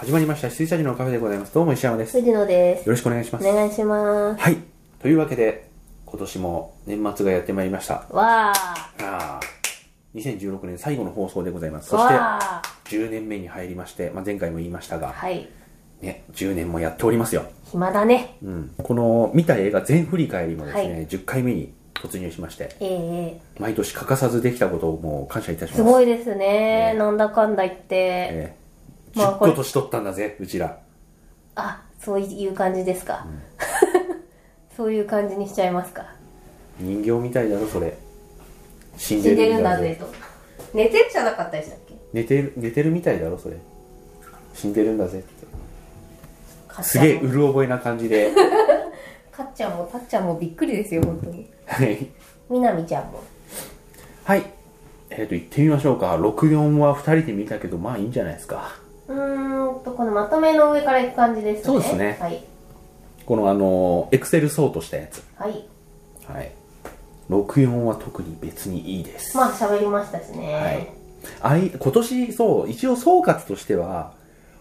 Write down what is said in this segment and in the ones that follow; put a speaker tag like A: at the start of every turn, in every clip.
A: 始まりました水産のカフェでございますどうも石山ですよ
B: 藤野です。
A: ろしくお願いしま
B: お
A: す
B: 願いします。
A: はいというわけで今年も年末がやってまいりました
B: わあ。
A: あー2016年最後の放送でございますそして
B: わあ。
A: 10年目に入りまして、まあ、前回も言いましたが、
B: はい。
A: ね、10年もやっておりますよ、
B: 暇だね。
A: うん、この見た映画全振り返りもですね、
B: はい
A: 10回目に突入しまして
B: ええ
A: 毎年欠かさずできたことをもう感謝いたします
B: すごいですね。
A: ええ
B: なんだかんだ言って。
A: ええ
B: まあ
A: 10個年取ったんだぜうちら
B: あ、そういう感じですか。 そういう感じにしちゃいますか。
A: 人形みたいだろそれ死ん
B: 死んで
A: で
B: る
A: る
B: ん
A: ん
B: だ
A: だ
B: ぜ
A: ぜ
B: と。寝てるじゃなかったでしたっけ
A: 寝てる寝てるみたいだろそれ死んでるんだぜって
B: かっ
A: す
B: ちゃん
A: げえ
B: も
A: うる覚えな感じで
B: かっちゃんもたっちゃんもびっくりですよ、本当に。
A: はい
B: みなみちゃんも。
A: はいえっ、と行ってみましょうか64は2人で見たけどまあいいんじゃないですか
B: うーんと、このまとめの上からいく感じですね。
A: そうですね
B: はい。
A: このあのエクセルソートしたやつ
B: はい。
A: はい64は特に別にいいです、
B: まあ、喋りましたしね。
A: はいあい今年そう一応総括としては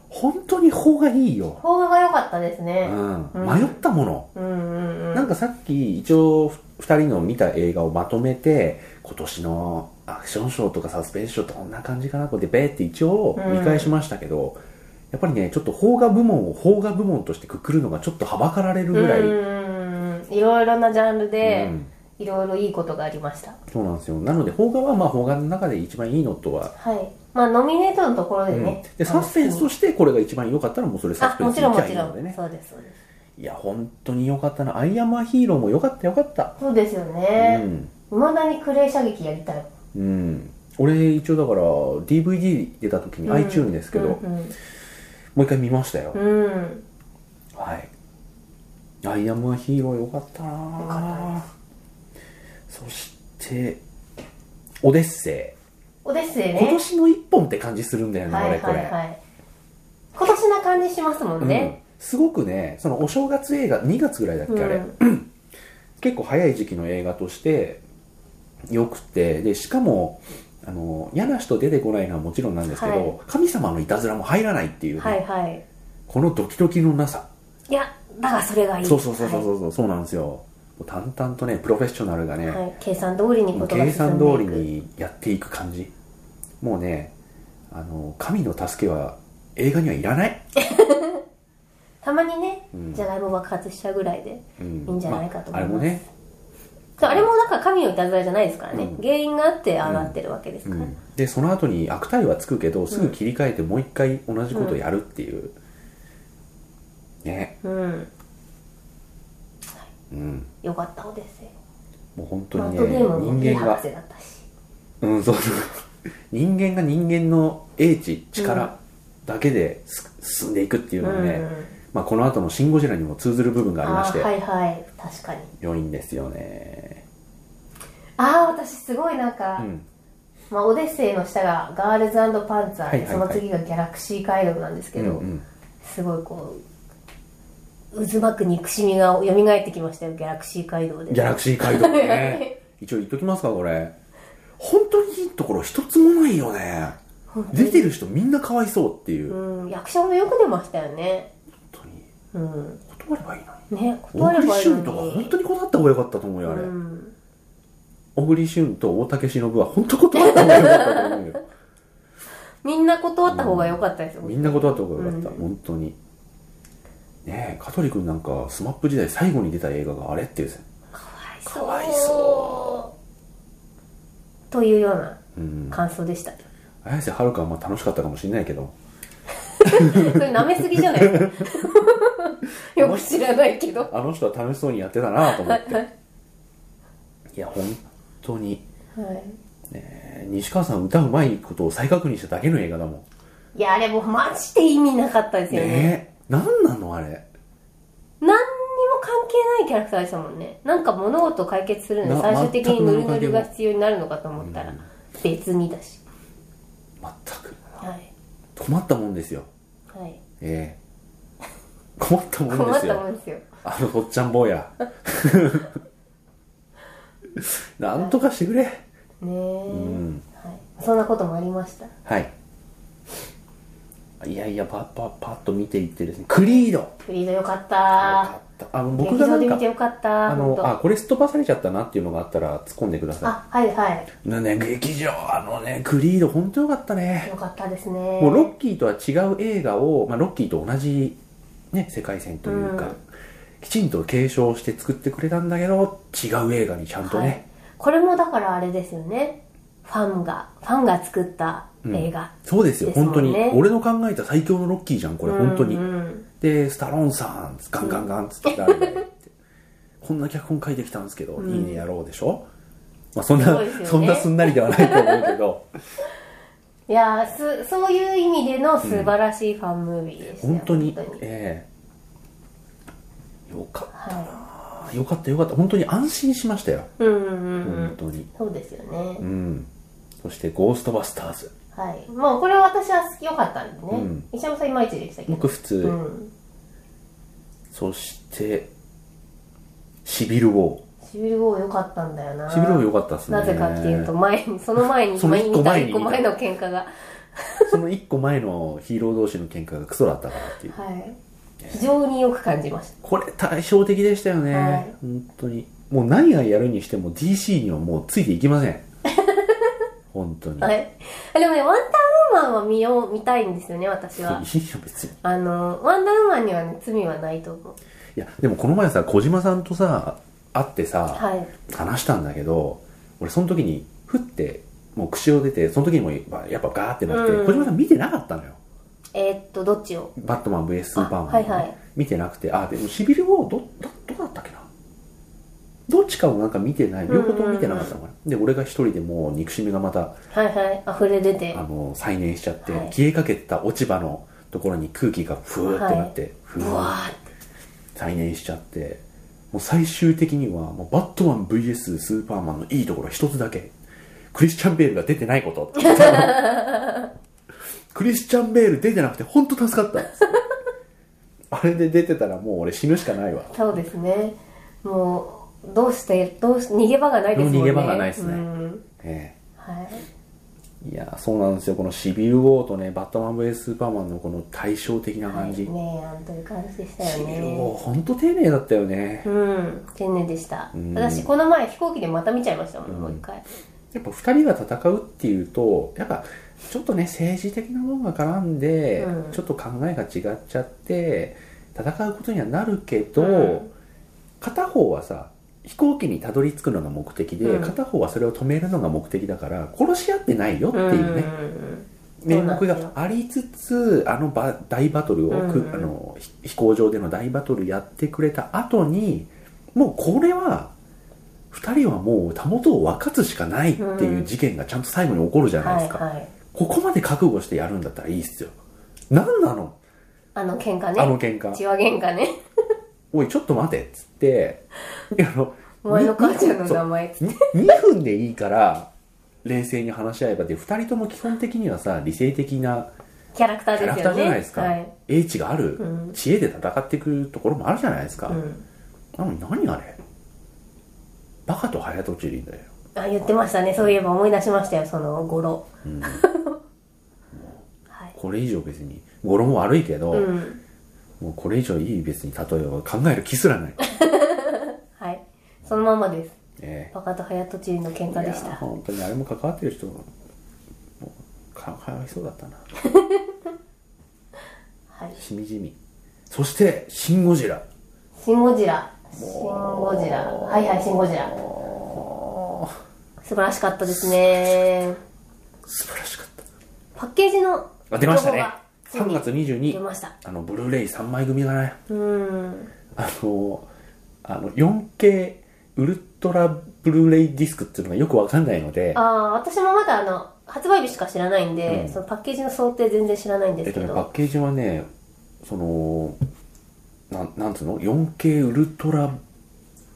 A: 本当に法がいいよ、
B: 動画が良かったです
A: う
B: ね。
A: ん、
B: うん
A: 迷ったもの、
B: うんうんうん。
A: なんかさっき一応2人の見た映画をまとめて今年のアクションショーとかサスペンスショーってこんな感じかなこうやってべーって一応見返しましたけど、やっぱりねちょっと邦画部門を邦画部門としてくくるのがちょっとはばかられるぐらい、
B: うんうんうんいろいろなジャンルで
A: うん
B: いろいろいいことがありました、
A: そうなんですよなので邦画はまあ邦画の中で一番いいのとは、
B: はいまあノミネートのところで
A: うん
B: ね、
A: でサスペンスとしてこれが一番良かったらもうそれサ
B: あ
A: スペ
B: も
A: ンス
B: ち
A: に
B: ろん
A: 行きゃ
B: も
A: い
B: ち
A: い
B: ろん
A: のでね
B: そうですそうです
A: いや本当に良かったなアイアンマンヒーローも良かった良かった、
B: そうですよねいま、未だにクレー射撃やりたい
A: うん、うん、俺一応だから DVD 出た時に
B: うん
A: iTune ですけど、
B: うん
A: もう一回見ましたよ
B: う、ん、うん
A: はいアイアムヒーローよかったな
B: よか
A: そしてオデッセ
B: おですよ
A: イ、今
B: ね
A: 年の一本って感じするんだよね、
B: はい
A: 俺
B: は
A: これ、
B: いはい今年な感じしますもんね、
A: うん、すごくねそのお正月映画2月ぐらいだっけ、
B: うん
A: あれ結構早い時期の映画としてよくてでしかもあの嫌な人出てこないのはもちろんなんですけど、
B: はい
A: 神様のいたずらも入らないっていう、ね
B: はいはい
A: このドキドキのなさ
B: いやだからそれがいい
A: そうそうそうそうそう、そうなんですよもう淡々とねプロフェッショナルがね、
B: はいはい、計算通りに
A: も
B: こ
A: う
B: とが進んで
A: 計
B: いく
A: 算通りにやっていく感じもうねあの神の助けは映画にはいらない、
B: たまにね
A: うん
B: じゃがいも爆発しちゃうぐらいで
A: うん
B: いいんじゃないかと思い
A: あ、あれ
B: ます
A: もね、
B: そうあれもなんか神のいたずらじゃないですからね、
A: うん
B: 原因があってああなってるわけです
A: う
B: から、
A: ん、でその後に悪態はつくけどすぐ切り替えてもう一回同じことやるっていう、ね
B: うん、
A: うん
B: よかったおですよ
A: もう本当
B: マ
A: に
B: ット
A: ね
B: デーモンもいい
A: 人間が
B: 博士だったし
A: うんそうそう人間が人間の英知力だけです進んでいくっていうのはね、
B: うんうん
A: まあ、この後の「シン・ゴジラ」にも通ずる部分がありま
B: あ
A: し
B: ーは
A: て
B: いはい確かに
A: 良いんですよね、
B: ああ私すごいなんか、
A: うん、
B: まあ、オデッセイの下がガールズパンツァー
A: はいは
B: で、
A: いはい
B: その次がギャラクシー海賊なんですけど、
A: うんうん
B: すごいこう渦巻く憎しみが蘇ってきましたよギャラクシー街道で
A: ギャラクシー街道ね一応言っときますかこれ本当にいいところ一つもないよね出てる人みんなかわいそうっていう、本
B: うん役者もよく出ましたよね
A: 当に
B: うん
A: 断ればいいのに
B: ね
A: 小
B: 断れ
A: 栗
B: ばいいの
A: 旬
B: に
A: とか本当に断った方が良かったと思うよあれ、
B: うん
A: 小栗旬と大竹しのぶは本当断った方が良かったと思うよ
B: みんな断った方が良かったですよ、
A: みんな断った方が良かった、
B: うん
A: 本当にねえ香取君なんかスマップ時代最後に出た映画があれっていう
B: かわい
A: かわいそう
B: というような
A: うん
B: 感想でした、
A: 綾瀬はるかはまあ楽しかったかもしれないけど
B: それ舐めすぎじゃないです かよく知らないけど
A: あの人は楽しそうにやってたなと思っていや本当に、
B: はい
A: ねえ、西川さん歌うまいことを再確認しただけの映画だもん
B: いやあれもうマジで意味なかったですよね
A: ねえ何なのあれ
B: 何にも関係ないキャラクターでしたもんねなんか物事を解決するのに
A: な
B: 最終的に
A: 全く
B: ヌ
A: 何
B: ル
A: の関
B: ヌ
A: 係
B: ル
A: も
B: が必要になるのかと思ったら別にだし
A: 全く
B: はい
A: 困ったもんですよ
B: はい
A: ええ困ったもん
B: 困
A: で
B: っ
A: す
B: たも
A: よ
B: んですよ
A: あのおっちゃん坊やなんとかしてくれ
B: ねえ、
A: ん
B: はい、そんなこともありました
A: はいいやいやパッパッパッと見ていってですねクリードよ
B: フリードよかっ
A: か
B: た
A: ったあの僕
B: 劇
A: がな
B: 場で
A: ん
B: 見
A: か
B: てよかった
A: あ
B: ほん
A: の
B: と
A: あこれすっ飛ばされちゃったなっていうのがあったら突っ込んでくださ
B: あはいはい
A: いなね劇場あのねクリード本当よかったね
B: よかったですね
A: もうロッキーとは違う映画を、まあ、ロッキーと同じ、ね、世界線というか、
B: うん
A: きちんと継承して作ってくれたんだけど違う映画にちゃんとね、
B: はい、これもだからあれですよねファンがファンが作った映画、
A: そうですよ
B: ですも
A: 本当
B: ん
A: に
B: ね
A: 俺の考えた最強のロッキーじゃんこれ本当に、
B: うんうん
A: でスタローンさんガンガンガンっつって誰々ってこんな脚本書いてきたんですけど、
B: うん
A: いいねやろうでしょ、まあ、そん
B: す
A: な
B: ごいですよね
A: そんなすんなりではないと思うけ ど
B: いやーすそういう意味での素晴らしいファンムービーでしたよ、
A: 本当に
B: 本当に
A: ええよかっ
B: は
A: たよかったよかった本当に安心しましたよ、
B: い、うんうんうんうん、
A: 本当に
B: そうですよね、
A: うんそして「ゴーストバスターズ
B: はいまあこれは私は好き良かったんでね、
A: うん
B: 石山さんいまいちでした」けど
A: 僕普通、
B: うん
A: そして「シビル・ウォー
B: シビルウォー良かったんだよ」な
A: シビル・ウォー良かったですね
B: なぜかっていうと前にその前に
A: その一個前に
B: 一個前の喧嘩が
A: その一個前のヒーロー同士の喧嘩がクソだったからっていう。
B: はい非常によく感じました
A: これ対照的でしたよね。
B: はい
A: 本当に。もう何がやるにしても DC にはもうついていきま せん。本当に。い
B: は
A: や
B: い。でもね、ワンダーウーマンは見よう、見たいんですよね、私は。
A: 別に。
B: あの、ワンダーウーマンにはね、罪はないと思う。
A: いや、でもこの前さ、小島さんとさ、会ってさ、
B: はい。
A: 話したんだけど、俺その時に、ふって、もう口を出て、その時にもまあやっぱガーってなって、
B: うん
A: 小島さん見てなかったのよ。
B: えーっと、どっちを
A: バットマン VS スーパーマン、
B: あはいはい
A: 見てなくてあでもシビルをどどどうだったっけなどっちかをなんか見てない両方とも見てなかったのかな、で俺が一人でもう憎しみがまた
B: はいはい。溢れ出て
A: あ。の再燃しちゃって、
B: はい
A: 消えかけてた落ち葉のところに空気がふーってなって、ふ
B: ブ
A: ー
B: ワーっ
A: 再燃しちゃってもう最終的にはもうバットマン VS スーパーマンのいいところ一つだけクリスチャン・ベールが出てないこと って言ったのクリスチャン・ベール出てなくて本当助かった あれで出てたらもう俺死ぬしかないわ
B: て。そうですね。もう、どうして、どうし、逃げ場がないですもんね。
A: 逃げ場がないですね
B: うん
A: え
B: はい。
A: えいやそうなんですよこのシビル・ウォーとねバットマン VS スーパーマンのこの対照的な感じ、
B: はいねえ、あんという感じでした
A: シ
B: よ
A: ビル・ウ
B: ね
A: ォー。本当丁寧だったよね、
B: うん、丁寧でした。
A: ん
B: 私、この前飛行機でまた見ちゃいましたもん、
A: うん
B: もう一回。
A: やっぱ2人が戦うっていうとやっぱちょっとね政治的なものが絡んで、
B: うん
A: ちょっと考えが違っちゃって戦うことにはなるけど、
B: うん
A: 片方はさ飛行機にたどり着くのが目的で、
B: うん
A: 片方はそれを止めるのが目的だから殺し合ってないよっていうね、
B: ん
A: 名
B: そうなんで
A: 目
B: すよ
A: がありつつあのば大バトルを、く
B: うん
A: あのひ飛行場での大バトルやってくれた後にもうこれは2人はもうたもとを分かつしかないっていう事件がちゃんと最後に起こるじゃない
B: は
A: で
B: い
A: すか、
B: はい。
A: ここまで覚悟してやるんだったらいいっすよ何なの
B: あの喧嘩
A: あの喧
B: ね。
A: 嘩
B: 血は喧嘩ね。
A: おいちょっと待てっつっ ていやあの
B: お前の母ちゃんの
A: そう
B: 名前
A: に2分でいいから冷静に話し合えばで2人とも基本的にはさ理性的な
B: キャラクター
A: キャラ
B: で
A: クタ
B: すよ
A: ー
B: ね
A: じゃないですか、
B: はい、
A: 英知がある、
B: うん
A: 知恵で戦っていくところもあるじゃないですか、
B: うん、
A: なのに何あれバカと早とちりだよ、
B: あ言ってましたねそういえば思い出しましたよその語呂
A: うん、
B: はい、
A: これ以上別に語呂も悪いけど、
B: うん
A: もうこれ以上いい別に例えば考える気すら ない、
B: はい、そのままです
A: え
B: バカとハヤトチリの喧
A: え
B: 嘩でし
A: いや
B: た
A: 本当にあれも関わってる人もうかかわいそうだったな
B: はい
A: しみじみそして「シン・ゴジラ
B: シン・ゴジラシン・ゴジラはいはいシン・ゴジラ」素晴らしかったですね
A: 素晴らしかった
B: パッケージの
A: あ出ましたね
B: 情報
A: 3
B: が
A: 月22
B: 出ました
A: あのブルーレイ3枚組がね
B: うん
A: あのあの 4K ウルトラブルーレイディスクっていうのがよくわかんないので
B: ああ私もまだあの発売日しか知らないんで、そのパッケージの想定全然知らないんで
A: えっ
B: す
A: と
B: け
A: ね
B: ど、
A: パッケージはねそのなんなんつうの 4K ウルトラ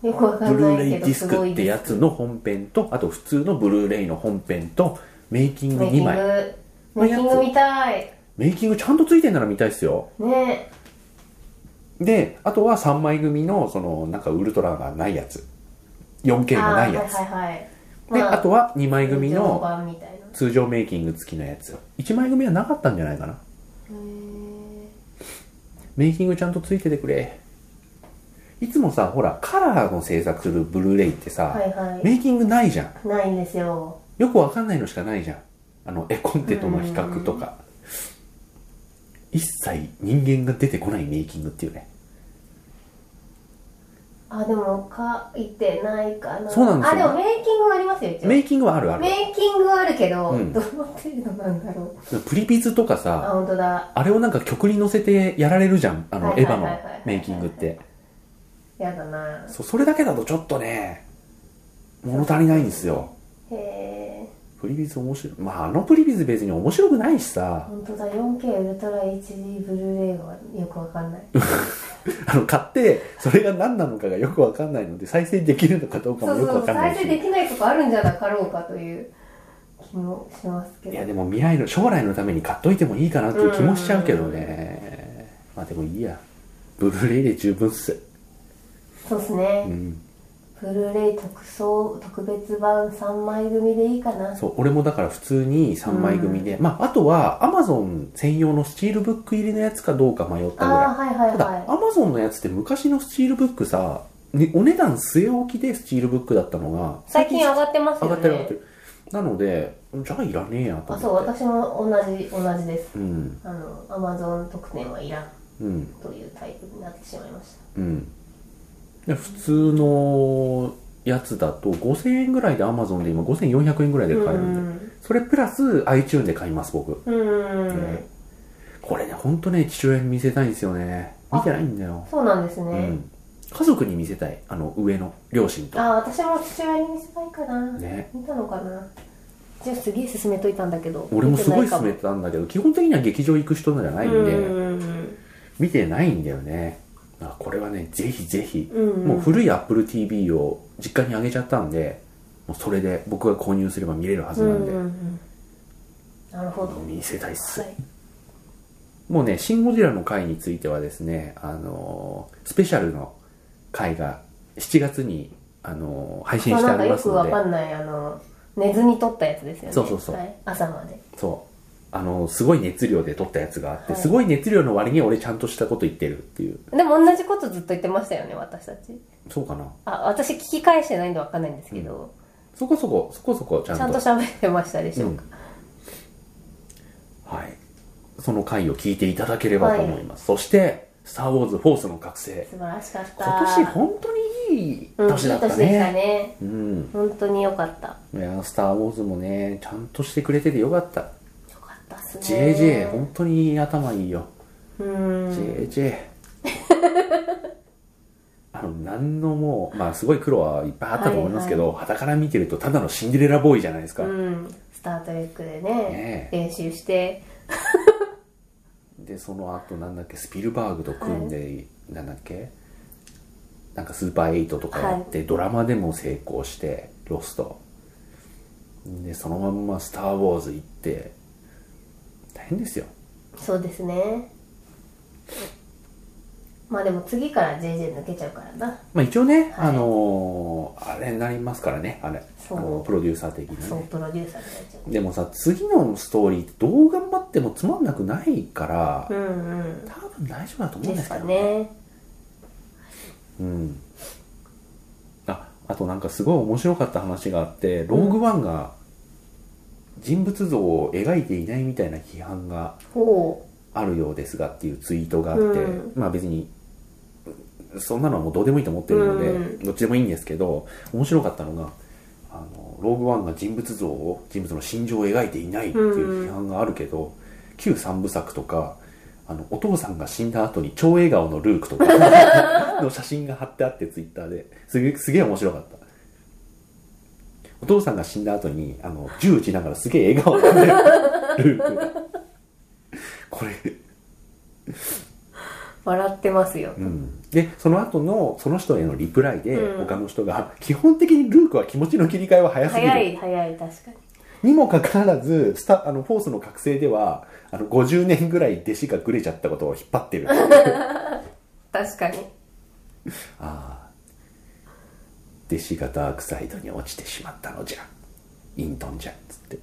B: よくわか
A: ブ
B: ん
A: ルー
B: な
A: レ
B: い
A: イ
B: け
A: デ
B: ど
A: ィス
B: すご
A: ク
B: い
A: って
B: で
A: やつ
B: す
A: の本編とあと普通のブルーレイの本編とメイキング
B: メイキ
A: 2
B: ング
A: 枚
B: メイキング見たい
A: メイキングちゃんとついてんなら見たいっすよ
B: ね
A: であとは3枚組のそのなんかウルトラがないやつ 4K のないやつ
B: あーはいはいはい
A: で
B: ま
A: あとは2枚組
B: 劇場
A: の
B: 版みたいな
A: 通常メイキング付きのやつ1枚組はなかったんじゃないかな
B: うー
A: メイキングちゃんとついててくれいつもさほらカラーの制作するブルーレイってさ、
B: はいはい
A: メイキングないじゃん
B: ないんですよ
A: よくわかんないのしかないじゃんあの絵コンテとの比較とか一切人間が出てこないメイキングっていうね
B: あでも書いてないかな
A: そうなんですよね
B: あでもメイキングはありますよ一応
A: メイキングはあるある
B: メイキングはあるけど、
A: うん
B: どうなってるのなんだろう
A: プリピズとか
B: あ
A: さ
B: 本当だ
A: あれをなんか曲に乗せてやられるじゃんあの
B: はい
A: エ
B: は
A: ヴァ
B: いはいはい
A: のメイキングって
B: やだな
A: そうそれだけだとちょっとね物足りないんですよ
B: へえ
A: プリビズ面白いまああのプリビズ別に面白くないしさ
B: 本当だ 4K ウルトラ HD ブルーレイはよくわかんない
A: あの買ってそれが何なのかがよくわかんないので再生できるのかどうか
B: そ
A: も
B: う
A: よく
B: そ
A: わ
B: う
A: かんない
B: 再
A: し
B: 生できないとこあるんじゃなかろうかという気もしますけ
A: い
B: ど
A: やでも未来の将来のために買っといてもいいかなっていう気もしちゃうけどねまあでもいいやブルーレイで十分っす
B: そうですね、
A: うん
B: ブルーレイ特装特別版3枚組でいいかな
A: そう俺もだから普通に3枚組で、まああとはアマゾン専用のスチールブック入りのやつかどうか迷ったぐらい
B: ああはいはい
A: ただ、
B: は
A: アマゾンのやつって昔のスチールブックさ、ねお値段据え置きでスチールブックだったのが、
B: い最近上がってます
A: 上
B: よ
A: がっ
B: ね
A: てる上がってる。なので、じゃあいらねえやと
B: あそう
A: 思って。
B: 私も同じ同じです
A: うん、
B: あのアマゾン特典はいらん
A: うん、
B: というタイプになってしまいまし
A: うん。で普通のやつだと5000円ぐらいでアマゾンで今5400円ぐらいで
B: た
A: 買
B: う
A: えるんで、
B: ん
A: それプラス iTune で買います僕。
B: うん、
A: ねこれね、ほんとね、父親に見せたいんですよね。見てないんだよ。
B: そうなんですね、
A: うん。家族に見せたい。あの、上の両親と。
B: ああ私も父親に見せたいかな、
A: ね
B: 見たのかなじゃあすげえ勧めといたんだけど
A: 俺もすごい勧め
B: 見
A: てたんだけど基本的には劇場行く人じゃないん
B: てないかも
A: で、
B: うんうん
A: 見てないんだよねあこれはねぜひぜひ、
B: うんうん
A: もう古い AppleTV を実家にあげちゃったんでもうそれで僕が購入すれば見れるはず
B: う
A: なんんで、
B: うんうんなるほど
A: 見せたいっす、
B: はい
A: もうね「シン・ゴジラ」の回についてはですね、あのースペシャルの回が7月に、あのー配信
B: まあ
A: して
B: な
A: あ
B: んか
A: り
B: よ
A: ます
B: く
A: の
B: わ
A: で
B: かんないあの寝ずに撮ったやつですよね
A: そうそうそう
B: はい、朝まで
A: そうあのーすごい熱量で撮ったやつがあって、
B: はい
A: すごい熱量の割に俺ちゃんとしたこと言ってるっていう
B: でも同じことずっと言ってましたよね私たち
A: そうかな
B: あ私聞き返してないんでわかんないんですけど、
A: そこそこ、そこそこちゃん
B: ち
A: と。
B: ゃんと喋ってましたでしょうか、
A: はい。その回を聞いていただければと思います。そして、スター・ウォーズ・フォースの覚醒。
B: 素晴らしかった
A: 今年本当にいい年だっ
B: う
A: た
B: ん、いい年でした
A: ね。
B: ね
A: うん。
B: 本当に良かった
A: いや、スター・ウォーズもね、ちゃんとしてくれててよかった。
B: 良かったっすね
A: JJ、本当に頭いいよ。
B: うん
A: JJ。あの、なんのもう、まあ、すごい苦労はいっぱいあったと思いますけど、肌から見てると、ただのシンデレラボーイじゃないですか。
B: うんスター・トレックでね
A: ね
B: 練習して
A: でその後なんだっけスピルバーグと組んで、なんだっけなんかスーパーエイトとかやって、ドラマでも成功してロストでそのまんま「スター・ウォーズ」行って大変ですよ
B: そうですねまあでも次から JJ 抜けちゃうからな
A: まあ一応ね、
B: はい
A: あのーあれになりますからねあれ
B: そ
A: あ
B: う
A: のプロデューサー的に
B: そう
A: ね
B: プロデューサーになっちゃ
A: でもさ次のストーリーってどう頑張ってもつまんなくないから、
B: ううんうん
A: 多分大丈夫だと思うん
B: で
A: ですすけ
B: か
A: ど
B: ね
A: うん、ああとなんかすごい面白かった話があってローグワンが人物像を描いていないみたいな批判が
B: ほ
A: あるようですがっていうツイートがあって、
B: う
A: まあ別にそんなのはもうどうでもいいと思ってるので、
B: う
A: どっちでもいいんですけど面白かったのがあのローグワンが人物像を人物の心情を描いていないっていう批判があるけど、旧三部作とかあのお父さんが死んだ後に超笑顔のルークとか の写真が貼ってあってツイッターですげえすげえ面白かったお父さんが死んだ後にあの銃撃ちながらすげえ笑顔なんだよルークがこれ
B: う笑ってますよ、
A: うんでその後のその人へのリプライで、
B: うん
A: 他の人が基本的にルークは気持ちの切り替えは早すぎ
B: 早
A: る
B: い早い確かに
A: にもかかわらずスタあのフォースの覚醒ではあの50年ぐらい弟子がグレちゃったことを引っ張 ってる
B: 確かに
A: ああ弟子がダークサイドに落ちてしまったのじゃ イントンじゃっつって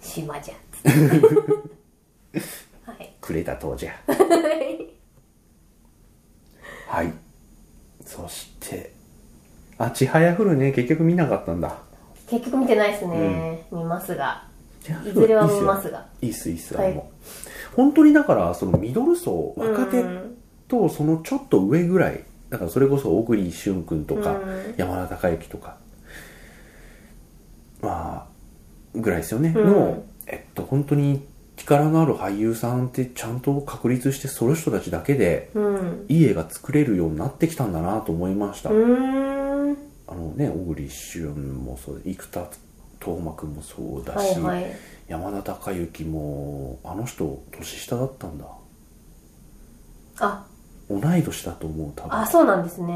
B: 島じゃんはい
A: くれたとじゃはいそしてあちはやふるね結局見なかったんだ
B: 結局見てないですね、見ますが
A: ちはや
B: い
A: ふる
B: ずれはい
A: いっ
B: 見
A: すよ
B: ますが
A: いいっすいいっす、
B: はい
A: あの本当にだからそのミドル層若手
B: うん
A: とそのちょっと上ぐらいだからそれこそ小栗旬君とか、
B: うん
A: 山田孝之とかまあぐらいですよね、
B: うん
A: のえっと本当に力のある俳優さんってちゃんと確立してその人たちだけで
B: うん
A: いい映画作れるようになってきたんだなと思いました、
B: うーん
A: あのね小栗旬もそう生田斗真君もそうだ
B: は
A: し、
B: いはい
A: 山田孝之もあの人年下だったんだ
B: あ
A: 同い年だと思う多
B: あ
A: 分
B: そうなんですね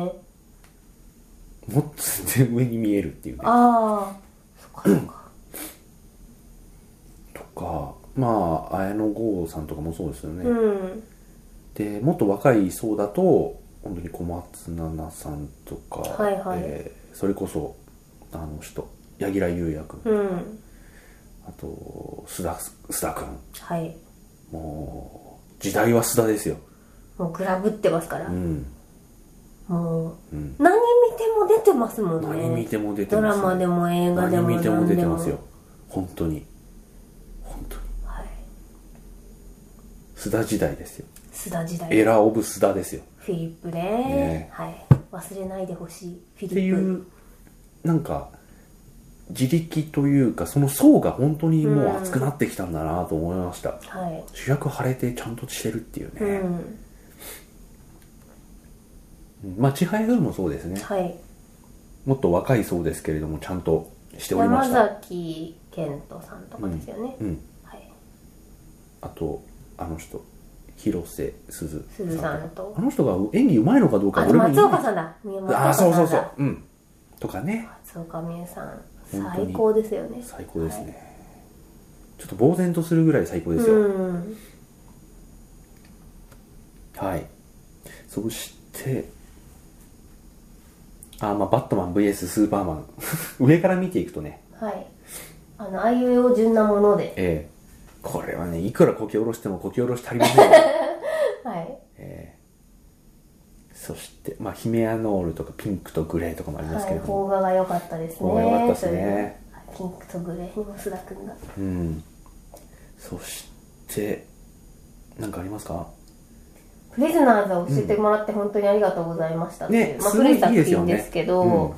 A: もっと全然上に見えるっていうね
B: ああそっかそっか
A: とかまあ綾野剛さんとかもそうですよね、
B: うん
A: でもっと若い層だと本当に小松菜奈さんとか、
B: はいはい
A: えーそれこそあの人柳楽優弥君、
B: うん
A: あと須田須田君
B: はい
A: もう時代は須田ですよ
B: もうグラブってますから、
A: うん、
B: も
A: う
B: う
A: ん、
B: 何見ても出てますもんね
A: 何見ても出て
B: ド
A: ま
B: ラ
A: す、ね、
B: マでも映画でも
A: 何見ても
B: 何で
A: 出てますよ本当に本当に
B: はい
A: 須田時代ですよ
B: 須田時代
A: エラー・オブ・須田ですよ
B: フィリップね
A: ね
B: はい忘れないでほしいフ
A: っ
B: ィ
A: て
B: リ
A: い
B: ップ
A: うなんか自力というかその層が本当にもう熱くなってきたんだなと思いました、
B: はい
A: 主役晴れてちゃんとしてるっていう
B: う
A: ね、
B: ん
A: まあ千早よりもそうですね
B: はい
A: もっと若いそうですけれどもちゃんとしておりま
B: 山
A: した
B: 崎賢人さんとかですよね、
A: うん
B: はい
A: あとあの人広瀬すず
B: すずさんと
A: あの人が演技うまいのかどうか
B: あと
A: 俺も
B: 松岡
A: ん
B: さんだ宮本
A: ああそうそうそ
B: さんだ
A: ううんとかね
B: 松岡美恵さん
A: 本当に
B: 最高ですよね
A: 最高ですね、ちょっと呆然とするぐらい最高ですよ、
B: うん
A: はい。そして、あーまあ、バットマン VS スーパーマン。 上から見ていくとね、
B: はいあのあいうえお順なもので
A: ええこれはね、いくらこき下ろしてもこき下ろし足りませんよ。
B: はい
A: そして、まあ、ヒメアノールとかピンクとグレーとかもあります
B: は
A: け
B: い
A: れども。
B: 邦画が良かったですね
A: 邦画良かったですね
B: というはいピンクとグレーにも須田君が
A: うん。そして、なんかありますか
B: プリズナーズを教えてもらって本当にありがとうございましたっていう、
A: ね
B: まあ、
A: すごい
B: 古い
A: いい
B: 作
A: ですよ
B: 品
A: ね
B: ですけど
A: うん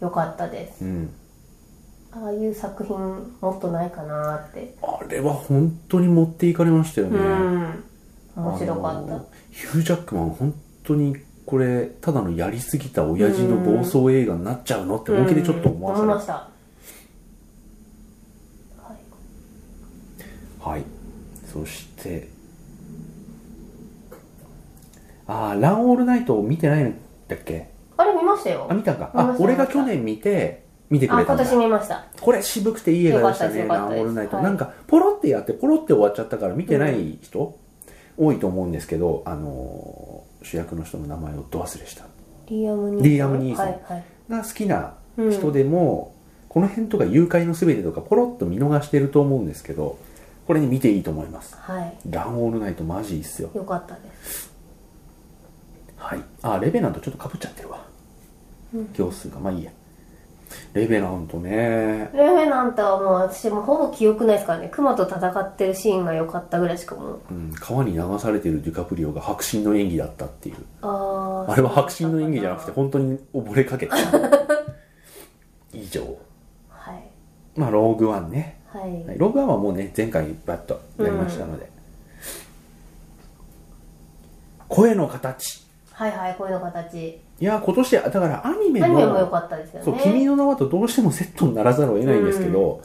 B: 良かったです
A: うん。
B: ああいう作品もっとないかなーって
A: あれは本当に持っていかれましたよ
B: う
A: ね。
B: ん面白かっ
A: あ
B: た
A: のヒュー・ジャックマン本当にこれただのやりすぎた親父の暴走映画になっちゃうのって本気でちょっと思わさ
B: うん
A: れ
B: 思いましたはい
A: たはいそしてああ「ラン・オールナイト」見てないんだっけ
B: あれ見ましたよ
A: あ見たか
B: 見ま
A: あ
B: した
A: 俺が去年見て見てく
B: あ
A: れた
B: 今
A: んだ
B: 年見ました
A: これ渋くていい映画でしたね「
B: よか
A: ラン・
B: った
A: オ
B: ですよかったで
A: ー
B: す
A: ルナイト」
B: はい
A: なんかポロってやってポロって終わっちゃったから見てない人、多いと思うんですけどあのー主役の人の名前をど忘れした
B: リアム・ニーソン
A: リアムニーソン
B: はいはい
A: が好きな人でも、この辺とか誘拐のすべてとかポロッと見逃してると思うんですけどこれに見ていいと思います
B: は
A: ランオールナイトマジいいっすよ
B: いよかったです
A: はいあレベラントちょっとかぶっちゃってるわ
B: うん
A: 行数がまあいいやレベラントね
B: レフェなんてはもう私もうほぼ記憶ないですからね熊と戦ってるシーンが良かったぐらいしかもう
A: うん、川に流されてるデュカプリオが迫真の演技だったっていう
B: ああ
A: あれは迫真の演技じゃなくて本当に溺れかけてた以上
B: はい
A: まあローグワンね
B: はい、
A: はいログワンはもうね前回バッとやりましたので、声の形
B: はいはいこういうの形
A: いや今年だからアニメ
B: ア
A: の
B: ニメも良かったですよね
A: そう君の名はとどうしてもセットにならざるを得ないんですけど、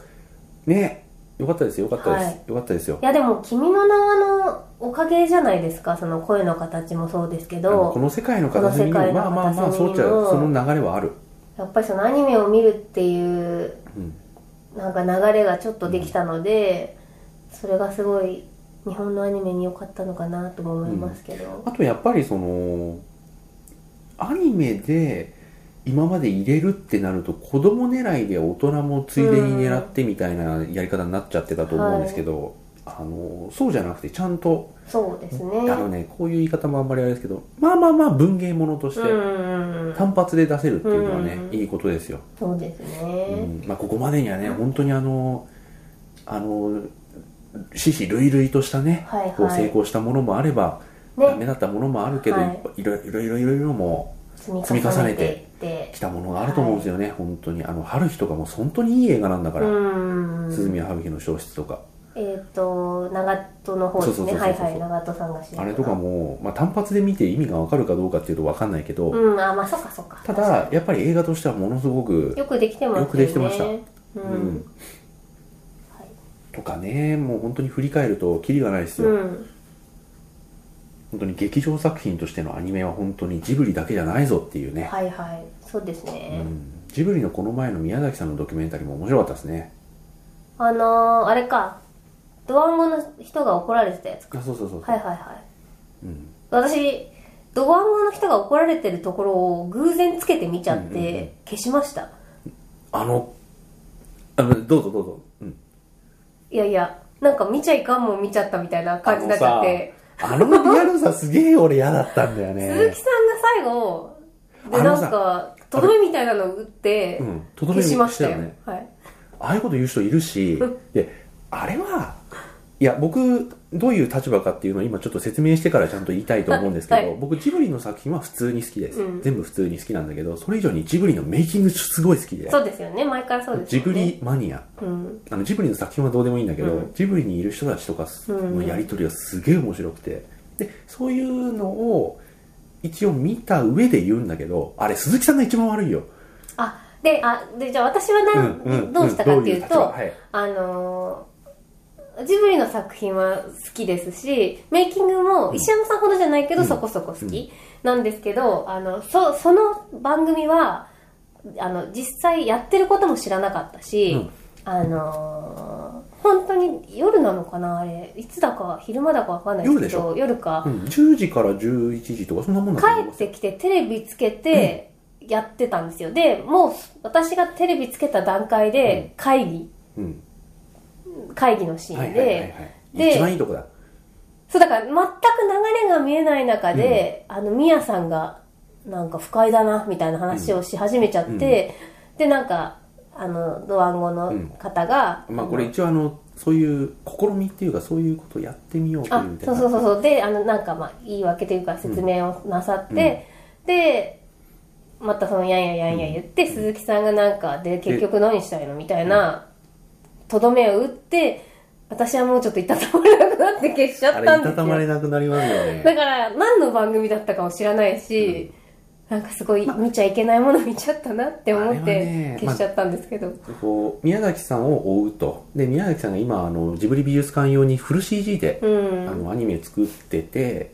A: ねよかったですよよかったです、
B: はい
A: よかったですよ
B: いやでも「君の名は」のおかげじゃないですかその声の形もそうですけ
A: あのこ
B: ど
A: の世界の片隅に
B: この世界
A: も
B: の
A: まあまあまあ
B: 片
A: そ
B: 隅に
A: う
B: も
A: ちゃその流れはある、
B: やっぱりそのアニメを見るっていう
A: うん、
B: なんか流れがちょっとできたので、それがすごい日本のアニメに良かったのかなとも思いますけど、
A: あとやっぱりそのアニメで今まで入れるってなると子供狙いで大人もついでに狙ってみたいなやり方になっちゃってたと思うんですけど、あのそうじゃなくてちゃんと、
B: そうですね。
A: あのねこういう言い方もあんまりあれですけどまあまあまあ文芸ものとし
B: う
A: て
B: ん。
A: 単発で出せるっていうのはね、
B: うん
A: いいことですよ、
B: そうです
A: う
B: ね。
A: んまあ、ここまでにはね本当にあのあの獅子類々としたね、
B: はいはい
A: こう成功したものもあれば、
B: ね
A: ダメだったものもあるけど、
B: はい
A: いっぱい、いろいろいろいろいろも
B: 積み重ねていって
A: 来。たものがあると思うんですよね、本当にあの春日とかも本当にいい映画なんだから、
B: うん。
A: 鈴宮春日の小説とか、
B: えっ、と、長門の方です
A: そう
B: ね。
A: そうそうそう
B: はいはい、長門さんが主役
A: あれとかも、まあ、単発で見て意味がわかるかどうかっていうとわかんないけど、
B: うん、あ、まあ、そっかそっか。
A: た
B: 確か
A: だやっぱり映画としてはものすごく
B: に、よくできてますよね。
A: よくできてました
B: うん。
A: うん
B: はい
A: とかねもう本当に振り返るとキリがないですよ、
B: うん。
A: 本当に劇場作品としてのアニメは本当にジブリだけじゃないぞっていうね、
B: はいはい。そうですね。
A: うんジブリのこの前の宮崎さんのドキュメンタリーも面白かったですね
B: あのー、あれか。ドワンゴの人が怒られてたやつか。
A: あそうそうそうそう、
B: はいはいはい。
A: うん
B: 私、ドワンゴの人が怒られてるところを偶然つけて見ちゃって、
A: うんうんうん
B: 消しました。
A: あのあのどうぞどうぞ、うん、
B: いやいや、なんか見ちゃいかんもん見ちゃったみたいな感じになっちゃって。
A: あのさあのリアルさすげえ俺嫌だったんだよね
B: 鈴木さんが最後、で、
A: あ
B: な
A: の
B: ん
A: さ
B: か、とどめみたいなのを打って、
A: うんとどめ
B: 消
A: に
B: しましたよ。
A: したよね
B: はい。
A: ああいうこと言う人いるし
B: うん
A: であれはいや僕どういう立場かっていうのを今ちょっと説明してからちゃんと言いたいと思うんですけど、
B: はい
A: 僕ジブリの作品は普通に好きです、
B: うん
A: 全部普通に好きなんだけどそれ以上にジブリのメイキングすごい好きで
B: そうですよね。毎回そうです
A: ジ
B: よね。
A: ブリマニア
B: うん。
A: あのジブリの作品はどうでもいいんだけど、
B: うん
A: ジブリにいる人たちとか
B: うん
A: のやり取りがすげえ面白くてでそういうのを一応見た上で言うんだけどあれ鈴木さんが一番悪いよ、
B: あ、で、あ、で、じゃあ私はな、んどうしたかっていう
A: ど
B: と、
A: 立場はい
B: あのージブリの作品は好きですし、メイキングも石山さんほどじゃないけど、
A: うん
B: そこそこ好きなんですけど、あの、そ、その番組は、あの、実際やってることも知らなかったし、
A: うん
B: あのー本当に夜なのかなあれ、いつだか昼間だかわかんないですけど、
A: 夜
B: 夜か、
A: うん、10時から11時とかそんなもんだと思い
B: 帰
A: ま
B: っ
A: す
B: てきてテレビつけてやってたんですよ。で、もう私がテレビつけた段階で会議、
A: うん
B: 会議のシ
A: は
B: ー
A: い
B: ン
A: はいはい
B: で、
A: はい
B: で
A: 一番いいとこだ
B: そう、だから全く流れが見えない中で、あの、ミヤさんが、なんか不快だな、みたいな話をし始めちゃって、
A: うんうん
B: で、なんか、あの、ドワンゴの方が、
A: まあこれ一応あのそういう試みっていうかそういうことをやってみようとい
B: あ
A: うみたい
B: そ
A: な
B: うそうそうそうであのなんかまあ言い訳というか説明をなさって、でまたそのやんややんや言って、鈴木さんがなんかで結局何したいのみたいなとどめを打って私はもうちょっといたたまれなくなって消しちゃ
A: あ
B: っ
A: れ
B: た
A: い
B: ん
A: た
B: です
A: たまれ
B: よ
A: なくなりますよね
B: だから何の番組だったかも知らないし、なんかすごい見ちゃいけないもの見ちゃったなって思っ
A: あれは
B: て
A: ね
B: 消しちゃったんですけど、
A: こう宮崎さんを追うとで宮崎さんが今あのジブリ美術館用にフル CG で、
B: うん
A: あのアニメ作ってて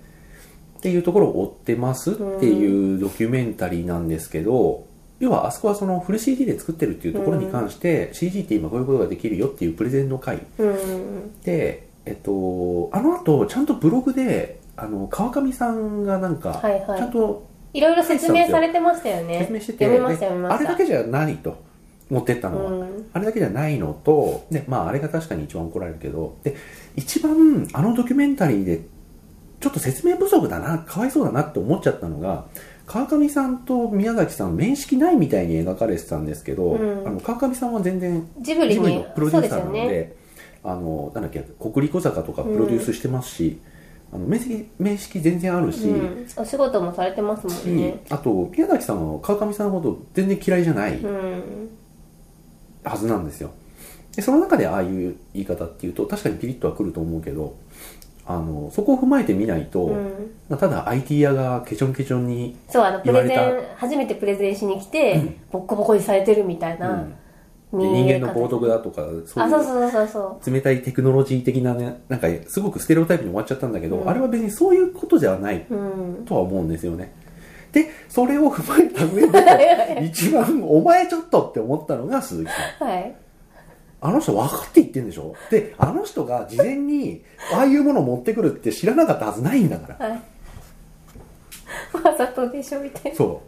A: っていうところを追ってますっていうドキュメンタリーなんですけど、要はあそこはそのフル CG で作ってるっていうところに関して、CG って今こういうことができるよっていうプレゼンの回
B: うん
A: で、えっと、あの後ちゃんとブログであの川上さんがなんか、
B: はいはい
A: ちゃんと
B: いろいろ説明されてましたよね
A: 説明してて、
B: 読みました
A: で
B: 読みまし
A: あ
B: た
A: れだけじゃないと持ってったのは、
B: うん
A: あれだけじゃないのとで、まあ、あれが確かに一番怒られるけどで一番あのドキュメンタリーでちょっと説明不足だなかわいそうだなって思っちゃったのが川上さんと宮崎さん面識ないみたいに描かれてたんですけど、
B: うん
A: あの川上さんは全然
B: ジブリ
A: ジブリ
B: に
A: のプロデューサーな
B: そ
A: の
B: う
A: で
B: ですよね
A: あのなんだっけ国立小坂とかプロデュースしてますし、あの面識面識全然あるし、
B: うん、お仕事もされてますもんね、
A: あと宮崎さんは川上さんのこと全然嫌いじゃない
B: うん、
A: はずなんですよでその中でああいう言い方っていうと確かにピリッとはくると思うけどあのそこを踏まえてみないと、
B: うん、
A: まあただ IT 屋がケチョンケチョンに、
B: そうあのプ
A: 言わ
B: レ
A: れ
B: ゼ
A: た
B: ン初めてプレゼンしに来て、ボッコボコにされてるみた
A: う
B: い
A: ん
B: な、
A: で
B: 見え
A: 人
B: 方
A: 間の冒涜だとかそう
B: あそう
A: い
B: そうそうそう
A: 冷たいテクノロジー的なねなんかすごくステレオタイプに終わっちゃったんだけど、
B: うん
A: あれは別にそういうことじゃない
B: うん
A: とは思うんですよね。で、それを踏まえた上で、一番、お前ちょっとって思ったのが鈴木さん。
B: はい
A: あの人分かって言ってんでしょで、あの人が事前に、ああいうものを持ってくるって知らなかったはずないんだから。
B: はいわざとでしょみたいな
A: そ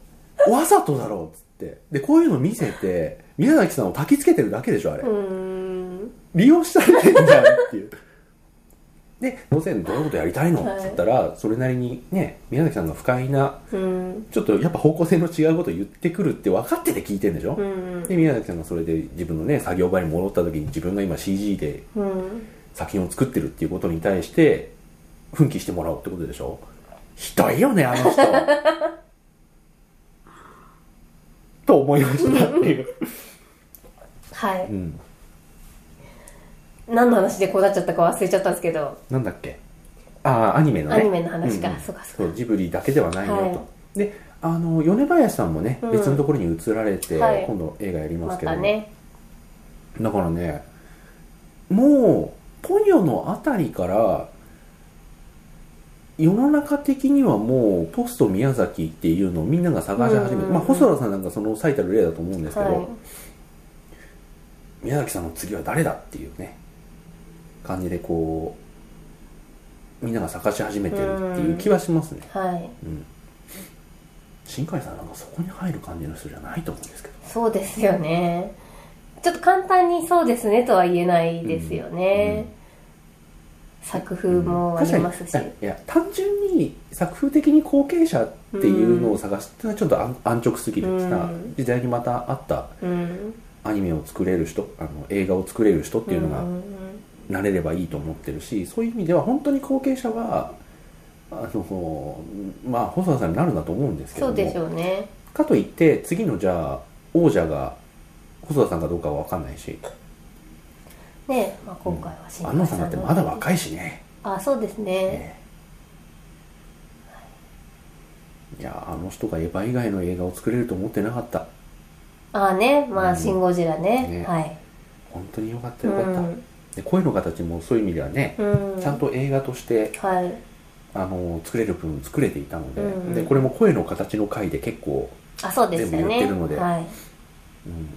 A: う。わざとだろうっつって。で、こういうの見せて、宮崎さんを焚きつけてるだけでしょあれ
B: う。ん
A: 利用されてんじゃんっていう。で「午前どういうことやりたいの?」って言ったらそれなりにね宮崎さんが不快な
B: うん
A: ちょっとやっぱ方向性の違うことを言ってくるって分かってて聞いてんでしょ
B: う、ん
A: で宮崎さんがそれで自分のね作業場に戻った時に自分が今 CG で
B: うん
A: 作品を作ってるっていうことに対して奮起してもらおうってことでしょひどいよねあの 人と思いましたっていう、
B: は
A: う
B: い
A: ん、
B: 何の話でこうなっちゃったか忘れちゃったんですけど
A: なんだっけああアニメのね
B: アニメの話か
A: うんうん
B: そうかそうか
A: ジブリだけではないよと、
B: はい
A: であの米林さんもね、
B: うん
A: 別のところに移られて、
B: はい
A: 今度映画やりま
B: ます
A: けど、
B: たね
A: だからねもうポニョのあたりから世の中的にはもうポスト宮崎っていうのをみんなが探し始
B: うん
A: め
B: うんう
A: て、
B: ん
A: まあ、細田さんなんかその最たる例だと思うんですけど、
B: は
A: 宮崎さんの次は誰だっていうね感じでこうみんなが探し始めてるっていう気はしますね、
B: いはい
A: うん、新海さんなんかそこに入る感じの人じゃないと思うんですけど
B: そうですよねちょっと簡単にそうですねとは言えないですよね、作風もありますし、
A: 確かにいや単純に作風的に後継者っていうのを探すっていうのはちょっと安安直すぎるな
B: うん
A: 時代にまたあった
B: うん
A: アニメを作れる人あの映画を作れる人っていうの
B: ん
A: が
B: んん
A: なれればいいと思ってるしそういう意味では本当に後継者はあのまあ細田さんになるんだと思うんですけど
B: そうでし
A: も
B: ょうね
A: かといって次のじゃあ王者が細田さんかどうかは分かんないし
B: ねまあ、今回は新
A: 安野さんだってまだ若いしね
B: あそうです
A: え
B: ね、
A: えいやあの人がエヴァ以外の映画を作れると思ってなかった
B: あねま
A: う
B: あ「
A: ん
B: シン・ゴジラね」
A: ね
B: はい
A: 本当によかった
B: う
A: よかった、
B: ん、
A: で声の形もそういう意味ではね、
B: うん、
A: ちゃんと映画として
B: はい
A: あの作れる分作れていたので,、
B: うん
A: でこれも声の形の回で結構、
B: あそうでしたよね
A: 全部言ってるので
B: はい、
A: うん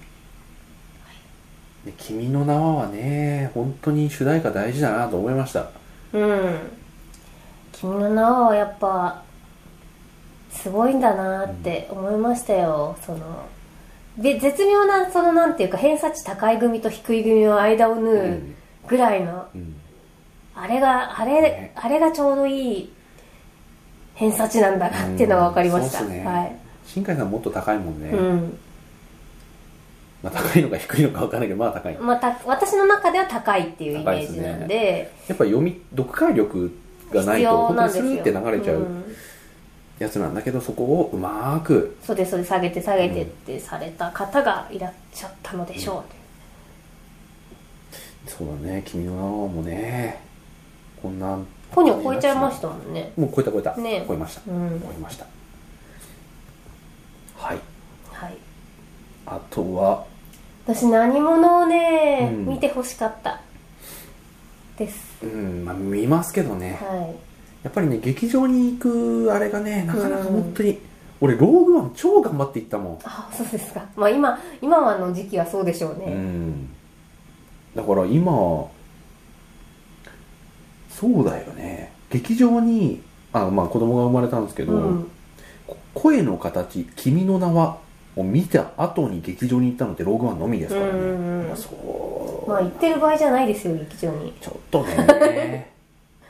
A: で君の名は」はね本当に主題歌大事だなと思いました
B: うん「君の名は」やっぱすごいんだなって思いましたよ、そので絶妙なそのなんていうか偏差値高い組と低い組の間を縫
A: う
B: うんぐらいの、
A: うん
B: あれがあれ、
A: ね
B: あれがちょうどいい偏差値なんだなっていうのが分かりました、
A: うんそうっすね
B: はい
A: 新海さんもっと高いもんね、
B: うん
A: まあ、高いのか低いのか分からないけどまあ高い
B: まあ、た私の中では高いっていうイメージなんで
A: やっぱ読み読解力がない
B: 必
A: と
B: 要
A: 本当
B: なん
A: に
B: です
A: ス
B: よ
A: ルーって流れちゃううんやつなんだけど、そこをうまーく
B: そうですそうです下げて下げてってされた方がいらっしゃったのでしょう、
A: そうだね君の名はもねこんな
B: ポニョ超えちゃいましたもんね
A: もう超えた超えた、
B: ね
A: 超えました
B: う
A: 超
B: ん
A: えましたはい
B: はい
A: あとは
B: 私何者をね、
A: うん
B: 見てほしかったです
A: うんまあ見ますけどね
B: は
A: やっぱりね劇場に行くあれがねなかなか本当に、俺ローグワン超頑張って行ったもん
B: いあそうですかまあ今今はの時期はそうでしょう
A: う
B: ね、
A: んだから今そうだよね劇場にあまあ子供が生まれたんですけど、
B: うん
A: こ声の形「君の名は」を見た後に劇場に行ったのってローグワンのみですからね、
B: うんうんうん
A: まあそう、
B: まあ行ってる場合じゃないですよ劇場に
A: ちょっと ね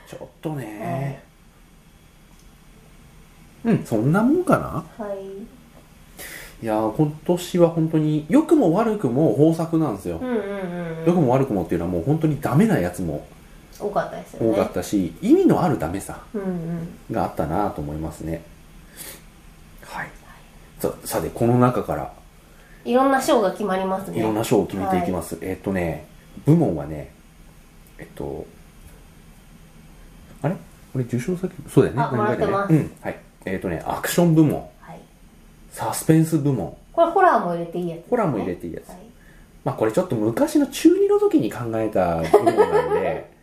A: ちょっとねうんそんなもんかな
B: はい
A: いやー今年は本当に良くも悪くも豊作なんですよ、
B: うんうんう
A: 良く
B: ん
A: も悪くもっていうのはもう本当にダメなやつも
B: 多かったですよね
A: 多かったし、意味のあるダメさ
B: うんうん
A: があったなと思いますねはいささてこの中から
B: いろんな賞が決まりますね
A: いろんな賞を決めていきます、えっとね部門はねえっとあれこれ受賞先そうだよね
B: あ
A: 何々ね
B: もらってます
A: うんはいえっとねアクション部門
B: はい、
A: サスペンス部門
B: これホラーも入れていいやつですね、
A: ホラーも入れていいやつ
B: はい
A: まあこれちょっと昔の中二の時に考えた部門なんで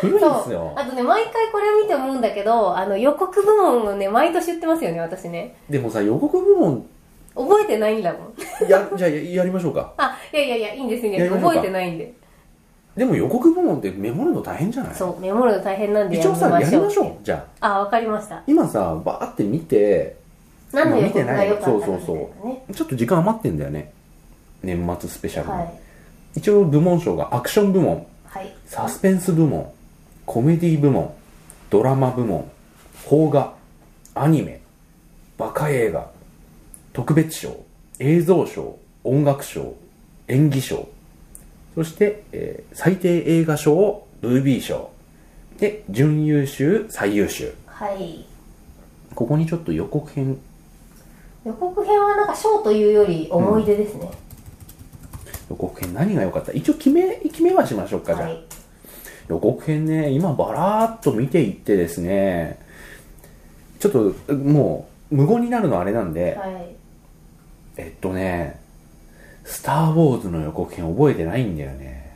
A: 古いんです
B: そ
A: よ
B: うあとね毎回これを見て思うんだけどあの予告部門をね毎年言ってますよね私ね
A: でもさ予告部門
B: 覚えてないんだもん
A: やじゃあややりましょうか
B: あいやいやいやいいんですいいんで
A: や
B: す
A: りましょう
B: 覚
A: か
B: えてないんで
A: でも予告部門ってメモるの大変じゃない
B: そうメモるの大変なんで
A: 一応さ
B: や
A: や
B: め
A: りましょうじゃあ
B: あわかりました
A: 今さバーって見て
B: 何の予告
A: まあ見てな
B: が
A: い
B: 良かったかみたいなね
A: そうそうそちょっと時間余ってんだよね年末スペシャルの、
B: はい
A: 一応部門賞がアクション部門
B: はい
A: サスペンス部門コメディ部門ドラマ部門邦画アニメバカ映画特別賞映像賞音楽賞演技賞そして、えー最低映画賞ブービー賞で準優秀最優秀
B: はい
A: ここにちょっと予告編
B: 予告編はなんか賞というより思い出ですね、
A: 予告編何が良かった一応決め決めはしましょうかじゃあ、
B: はい
A: 予告編ね今バラーっと見ていってですねちょっともう無言になるのあれなんで、
B: はい
A: えっとね「スター・ウォーズ」の予告編覚えてないんだよね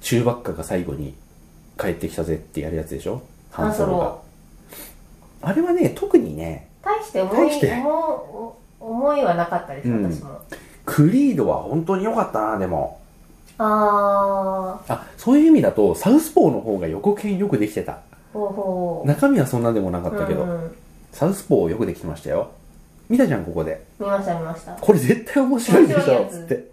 A: 中ばっかが最後に帰ってきたぜってやるやつでしょ
B: ハンソロ
A: あれはね特にね
B: 大して思い
A: 大して
B: 思う思いはなかったです、
A: うん
B: 私も
A: クリードは本当に良かったなでも
B: ああ
A: あそういう意味だとサウスポーの方が予告編よくできてた
B: ほうほう
A: 中身はそんなでもなかったけど、
B: うんうん
A: サウスポーよくできてましたよ見たじゃんここで
B: 見ました見ました
A: これ絶対面白いで
B: 面
A: し
B: 白い
A: ょ
B: やつ
A: つって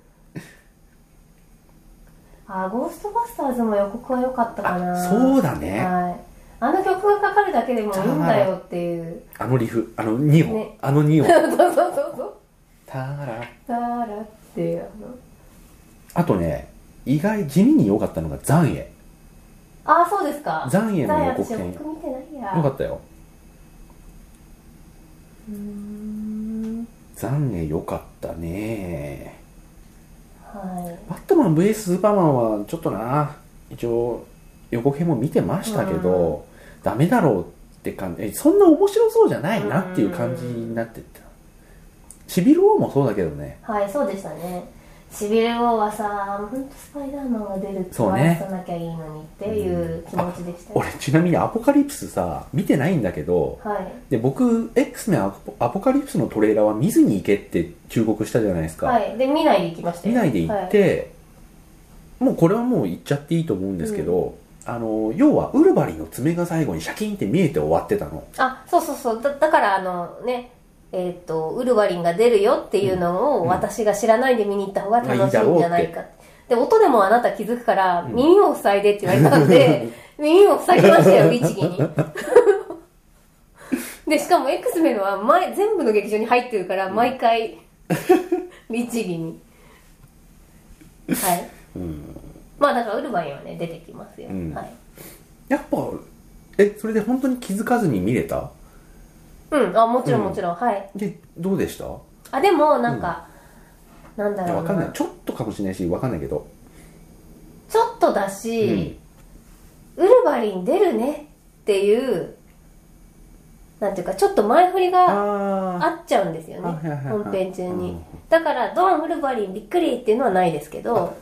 B: あーゴーストバスターズも予告は良かったかな
A: あそうだね
B: はいあの曲がかかるだけでもいいんだよっていう
A: あのリフあの2音、
B: ね
A: あの2音
B: そうそうそうそう
A: たら
B: だらっていうあの
A: あとね意外地味に良かったのが残影
B: ああそうですか
A: 残影の予
B: 私
A: 告
B: よ
A: 編
B: く見てないや
A: 良かったよ
B: うーん
A: 残影良かったね
B: はい
A: バットマン VS スーパーマンはちょっとな一応予告編も見てましたけど、ダメだろうって感じえそんな面白そうじゃないなっていう感じになってったシビル王もそうだけどね
B: はい、そうでしたね。シビル王はさ、本当スパイダーマンが出るって
A: そう
B: 言
A: ね
B: わさなきゃいいのにっていう気持ちでしたよ、
A: 俺ちなみにアポカリプスさ見てないんだけど
B: はい。
A: で僕 X メンアポアポカリプスのトレーラーは見ずに行けって忠告したじゃないですか、
B: はい。で、見ないで行きました
A: 見
B: よ。
A: ないで行っ
B: はい、
A: て、もうこれはもう行っちゃっていいと思うんですけど、あの要はウルバリンの爪が最後にシャキンって見えて終わってたの
B: あ、そうそうそう。だだから、あのね、えっ、と、ウルヴァリンが出るよっていうの
A: う
B: を
A: ん
B: 私が知らないで見に行った方が楽
A: まあいい
B: し
A: だ
B: い
A: ろうんっ
B: じ
A: て
B: ゃないか。で、音でもあなた気づくから、
A: うん
B: 耳を塞いでって言われた んで、耳を塞ぎましたよ、律儀に。で、しかも X メンは前、全部の劇場に入ってるから、毎回、律儀に。はい。
A: うん
B: まあ、だからウルヴァリンはね、出てきますよ。
A: うん
B: はい。
A: やっぱえそれで本当に気づかずに見れた
B: うん、あ、もちろん
A: うん
B: もちろん、はい。
A: でどうでした
B: あ、でも、なんか、なんだろう
A: わかんないちょっとかもしれないしわかんないけど、
B: ちょっとだし、ウルヴァリン出るねっていう、なんていうか、ちょっと前振りが
A: あ
B: あっちゃうんですよ
A: あはいはい
B: ね
A: は、いはい
B: 本編中
A: う
B: に
A: ん。
B: だから、ドン、ウルヴァリンびっくりっていうのはないですけど、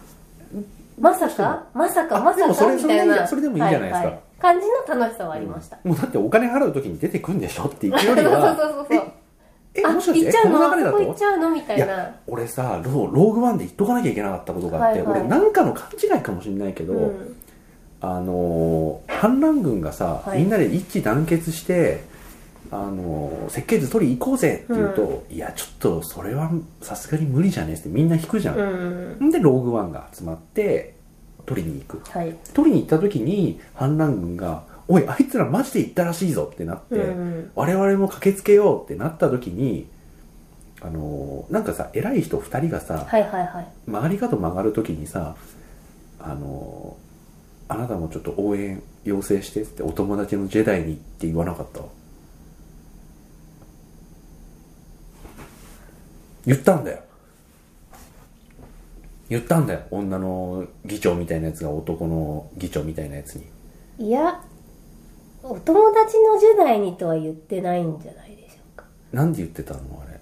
B: まさか、まさか、
A: あ
B: ま
A: で
B: さ
A: もそ
B: か
A: れ
B: みたいな、
A: それでいいじゃんそれでもいいじゃないですか
B: はは感じの楽しさはありました。
A: もうだってお金払う時に出てくんでしょって言うより
B: そうそう
A: は
B: そうそう。
A: え
B: あ、
A: もしかし
B: 行
A: て
B: っちゃ
A: え
B: う
A: こ
B: の
A: の
B: あ
A: 流れ
B: そ
A: だ
B: こ行っ
A: と
B: ちゃうのみたい
A: い
B: な
A: や。俺さローローグワンで言っとかなきゃいけなかったことがあって、
B: はいはい
A: 俺なんかの勘違いかもしれないけど、
B: うん
A: あのー反乱軍がさ、
B: はい
A: みんなで一致団結して、あのー設計図取り行こうぜって言うと、いやちょっとそれはさすがに無理じゃねえってみんな引くじゃん、
B: うん。
A: ん、でローグワンが集まって取りに行く
B: はい。
A: 取りに行った時に反乱軍が「おいあいつらマジで行ったらしいぞ」ってなって、
B: うん
A: 我々も駆けつけようってなった時にあのーなんかさ偉い人2人がさ、
B: はいはいはい。
A: 曲がり角曲がる時にさ「あのあなたもちょっと応援要請して」って「お友達のジェダイに」って言わなかった言ったんだよ言ったんだよ女の議長みたいなやつが男の議長みたいなやつに
B: いや、お友達の10代にとは言ってないんじゃないでしょうか。
A: なんで言ってたのあれ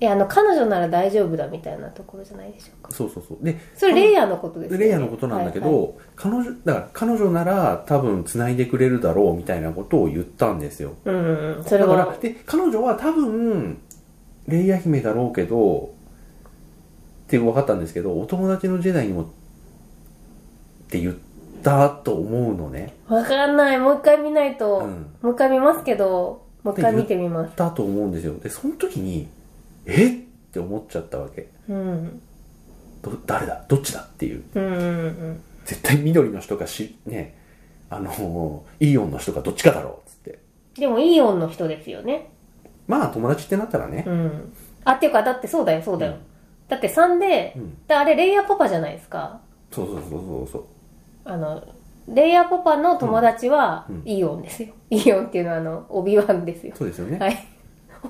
B: いや、あの、彼女なら大丈夫だみたいなところじゃないでしょうか。
A: そうそうそうで
B: それ、レイヤーのことですよね
A: レイヤーのことなんだけど、
B: はいはい
A: 彼女だから彼女なら多分繋いでくれるだろうみたいなことを言ったんですよ
B: うん、うん、それ
A: だか
B: は
A: ら、で彼女は多分レイヤ姫だろうけどって分かったんですけどお友達のジェダイにもって言ったと思うのね
B: わかんない。もう一回見ないと、
A: うん
B: もう一回見ますけど、もう一回見てみます。
A: だと思うんですよでその時にえって思っちゃったわけ
B: うん、
A: ど誰だどっちだっていう
B: うん、うん、うん。
A: 絶対緑の人がしねあの、イオンの人かどっちかだろうっつって。
B: でもイオンの人ですよね
A: まあ、友達ってなったらね
B: う。んあっていうかだってそうだよそうだよ、だって3で、であれレイヤーパパじゃないですか
A: そうそうそうそうそう。
B: あのレイヤーパパの友達はイオンですよ、 イオンっていうのはあのオビワンですよ
A: そうですよね。
B: はい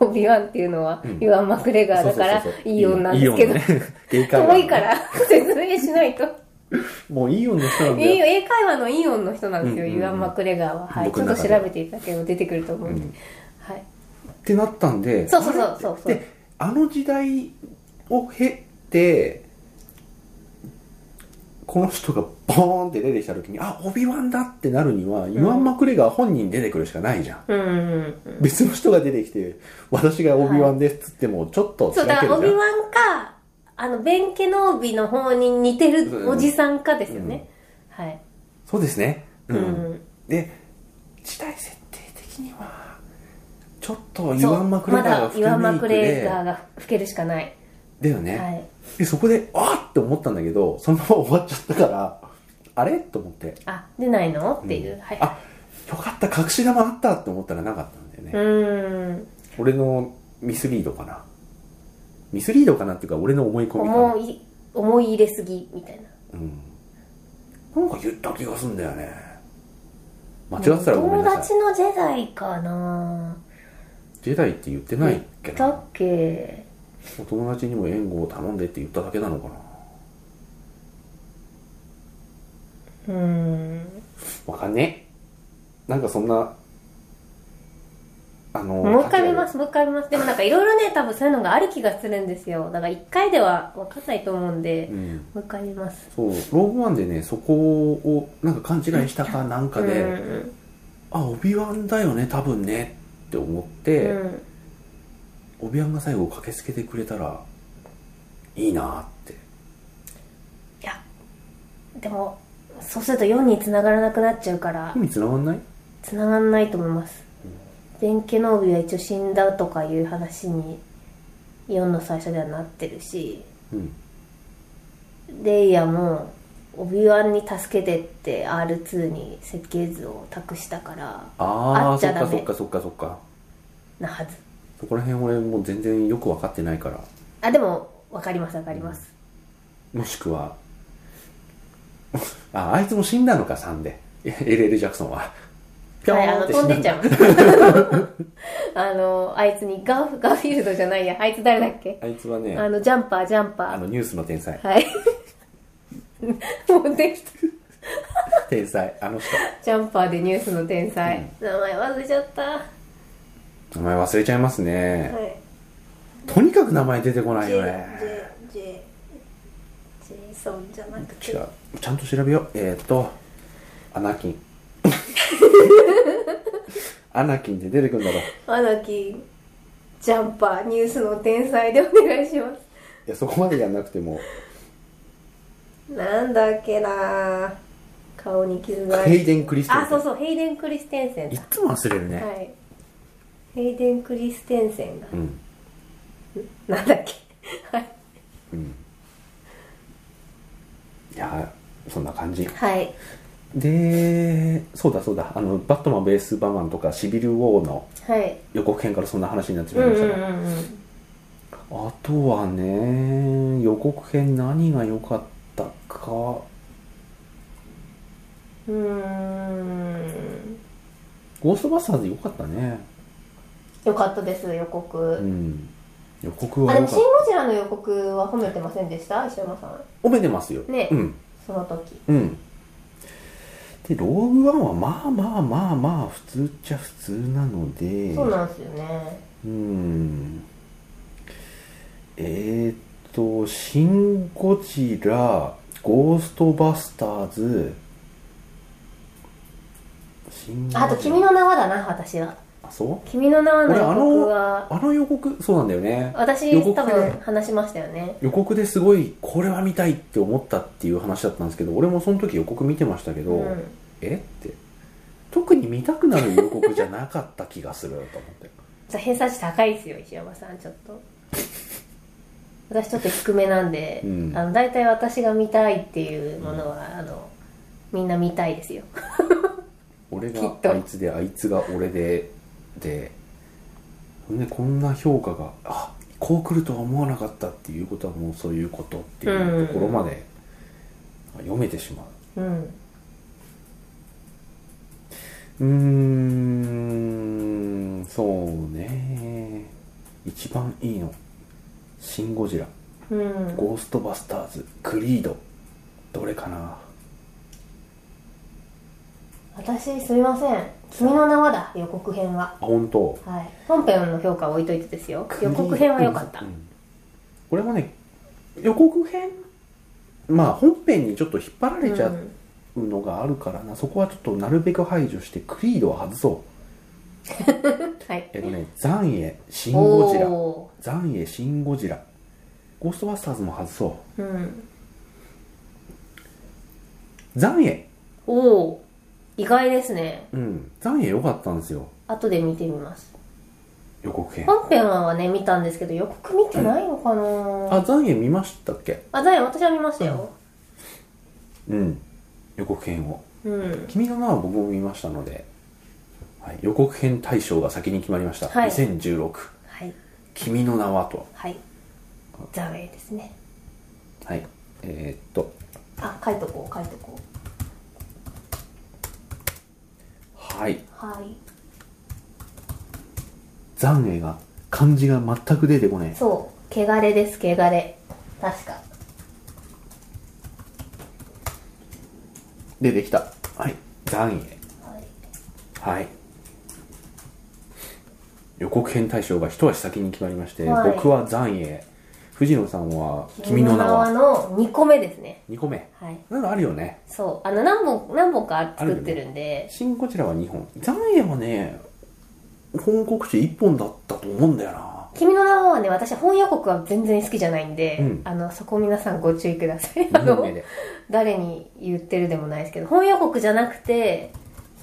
B: オビワンっていうのは、
A: ん
B: イワン・マクレガーだから
A: そうそうそうそう
B: イオンなんですけど、
A: イオンのね 英会話の
B: 遠いから 説明しないと
A: もうイオンの人なんだ
B: 英
A: よ。
B: 英会話のイオンの人なんですよ、
A: うんうんうん
B: イワン・マクレガーは、はい、ち
A: 僕
B: ょっ
A: の
B: と
A: 中
B: 調
A: で
B: べていただければ出てくると思うんで、はい、
A: ってなったんで、
B: そうそうそうそうそう
A: で、あの時代を経て、この人がボーンって出てきた時に、あ、オビワンだってなるには、イワン・マクレガー本人出てくるしかないじゃん。
B: うんうんうん
A: 別の人が出てきて、私がオビワンですっつっても、ちょっと
B: そうだ
A: け
B: からオビ
A: じゃん。
B: ワンかあのベンケノービの方に似
A: そ
B: て
A: う
B: る
A: だ
B: お
A: ね
B: じさんかですよね、はい
A: そうですね。う。
B: うんん、
A: で、時代設定的には、ちょっとイ
B: そう
A: ワン・マクレガーが
B: まだイワン・マク
A: 吹き抜いて
B: レガーが老けるしかない、
A: だよね。
B: はい、
A: で、そこで、あっって思ったんだけど、そのまま終わっちゃったから、あれと思って。
B: あ出ないのっていう、はい
A: あ、よかった、隠し玉あったって思ったらなかったんだよね。
B: うーん
A: 俺のミスリードかな。ミスリードかなっていうか、俺の思い込みか
B: 思
A: な。
B: い思い入れすぎみたいな
A: うん。なんか言った気がすんだよね。間違ってたらごめん
B: 友
A: なさい。
B: 達のジェダイかな
A: ジェダイって言ってないっけ
B: だ
A: な
B: っ。け
A: お友達にも援護を頼んでって言っただけなのかな。
B: うーん
A: わかんねえ。なんかそんな、あの、。
B: もう一回見ますすもう一回見ますでもなんかいろいろね多分そういうのがある気がするんですよだから一回では分かんないと思うんで、
A: うん。
B: もう一回見ます
A: そう、ローグワンでね、そこをなんか勘違いしたかなんかで、
B: うん
A: あ、オビワンだよね、多分ねって思って、
B: うん
A: オビワンが最後駆けつけてくれたら、いいなって。
B: いやでもそうすると4に繋がらなくなっちゃうから
A: 意味繋がんない
B: 繋がんないと思いますベン・ケノービは一応死んだとかいう話に4の最初ではなってるし
A: うん。
B: レイヤもオビワンに助けてって R2 に設計図を託したから
A: あ
B: あ
A: あ、
B: っち
A: そ
B: ゃ
A: っ
B: ダ
A: か
B: メ
A: そっかそっかそっか。
B: なはず
A: そこら辺俺もう全然よく分かってないから、
B: あでも分かります分かります
A: もしくは、あ、あいつも死んだのか、3で。えエレール・ジャクソンは。ぴょ
B: はい、
A: ーん
B: あ
A: っ
B: の
A: て
B: 飛
A: 死ん
B: んで
A: だ
B: っ
A: の
B: ちゃう あのあいつにガフガフィールドじゃないやあいつ誰だっけ
A: あいつはね、
B: あのジャンパージャンパ
A: あのニュースの天才。
B: ーはい もうできた
A: 天才、あの人。
B: ジャンパーでニュースの天才、名前忘れちゃったは
A: 名前忘れちゃいますね。
B: い
A: とにかく名前出てこない
B: j
A: よね
B: j j ジェイソンじゃなく
A: 違
B: て
A: うちゃんと調べようえー、っとアナ キンアナキンで出てくるんだろうい
B: アナキンジャンパーニュースの天才でお願いしま
A: やそこまでやんなくても
B: すなんだっけな顔に傷があ
A: ヘイ
B: る
A: デン・クリステン
B: あそうそうヘイデン・クリステンセン
A: い
B: だ
A: つも忘れるね、
B: はいヘイデン・クリステンセンが
A: うん
B: なんだっけはい
A: いやーそんな感じ
B: はい
A: でそうだそうだあのバットマンベースバーマンとかシビル・ウォーの
B: はい
A: 予告編からそんな話になってし
B: う
A: ま
B: ん
A: いま
B: う
A: し
B: ん
A: た
B: う
A: が、
B: んうん
A: あとはね、予告編何が良かったか。
B: うーん
A: ゴーストバスターズ良かったね。
B: よかったです予告、
A: うん。予告は
B: あで
A: 良
B: も「
A: か
B: シ
A: っ
B: ン・ゴジラ」の予告は褒めてませんでした石山さん
A: た。褒めてますよ。
B: ね
A: うん。
B: その時
A: うん。で、ローグワンはまあまあまあまあ、普通っちゃ普通なので。
B: そうなんですよね
A: うん。えー、っと、シン・ゴジラ、ゴーストバスターズ、シンゴジラ
B: あと「君の名は」だな私は
A: あ、そう
B: 「君の名は」の
A: 俺
B: 予
A: あ
B: 告
A: の
B: は
A: あの予告そうなんだよね予
B: 私
A: 告
B: 多
A: で
B: 分話しましたよね
A: 予告ですごいこれは見たいって思ったっていう話だったんですけど俺もその時予告見てましたけど、
B: うん
A: えって特に見たくなる予告じゃなかった気がすると思って
B: じゃあ偏差値高いですよ石山さんちょっと私ちょっと低めなんで、
A: うん
B: あの大体私が見たいっていうものは、あのみんな見たいですよ
A: 俺
B: きっ
A: が
B: と
A: あいつであいつが俺でで、ね、こんな評価があこう来るとは思わなかったっていうことはもうそういうことっていうところまで読めてしまう
B: うん
A: うーんそうね一番いいの「シン・ゴジラ」
B: うん
A: ゴーストバスターズ」「クリード」どれかな
B: 私すみません「君の名は」だ予告編は
A: あ本当
B: はい本編の評価は置いといてですよ予告編は良かった
A: うんこれもね予告編まあ本編にちょっと引っ張られちゃうのがあるからな、そこはちょっとなるべく排除してクリードは外そう
B: はい
A: えっとね「残影」「シン・ゴジラ」
B: お
A: 「残影」「シン・ゴジラ」ゴーストバスターズも外そう
B: ーうん
A: 残影
B: おー意外ですね
A: うん残影良かったんですよ
B: 後で見てみます
A: 予告編
B: 本編はね見たんですけど予告見てないのかな、
A: あ残影見ましたっけ
B: あだよ私は見ましたよ
A: うん予告編を
B: うん
A: 君の名は僕も見ましたので、はい、予告編大賞が先に決まりました、
B: はい
A: 2016
B: はい
A: 君の名はと
B: はいザウェイですね
A: はいえーっと
B: あ書いとこう書いとこう
A: はい
B: はい
A: 残影が漢字が全く出てこない
B: そう汚れです汚れ確か
A: 出てきたはい残影
B: はい
A: はい予告編大賞が一足先に決まりまして、
B: はい
A: 僕は残影藤野さんは君の名は
B: の2個目ですね
A: 2個目
B: はい
A: なのあるよね
B: そうあの何本何本か作ってるんで
A: シン・ゴジラは2本残影はね本告知1本だったと思うんだよな
B: 「君の名は」ね私本予告は全然好きじゃないんで、
A: うん
B: あのそこ皆さんご注意くださいあ
A: 2本
B: の
A: 目で
B: 誰に言ってるでもないですけど本予告じゃなくて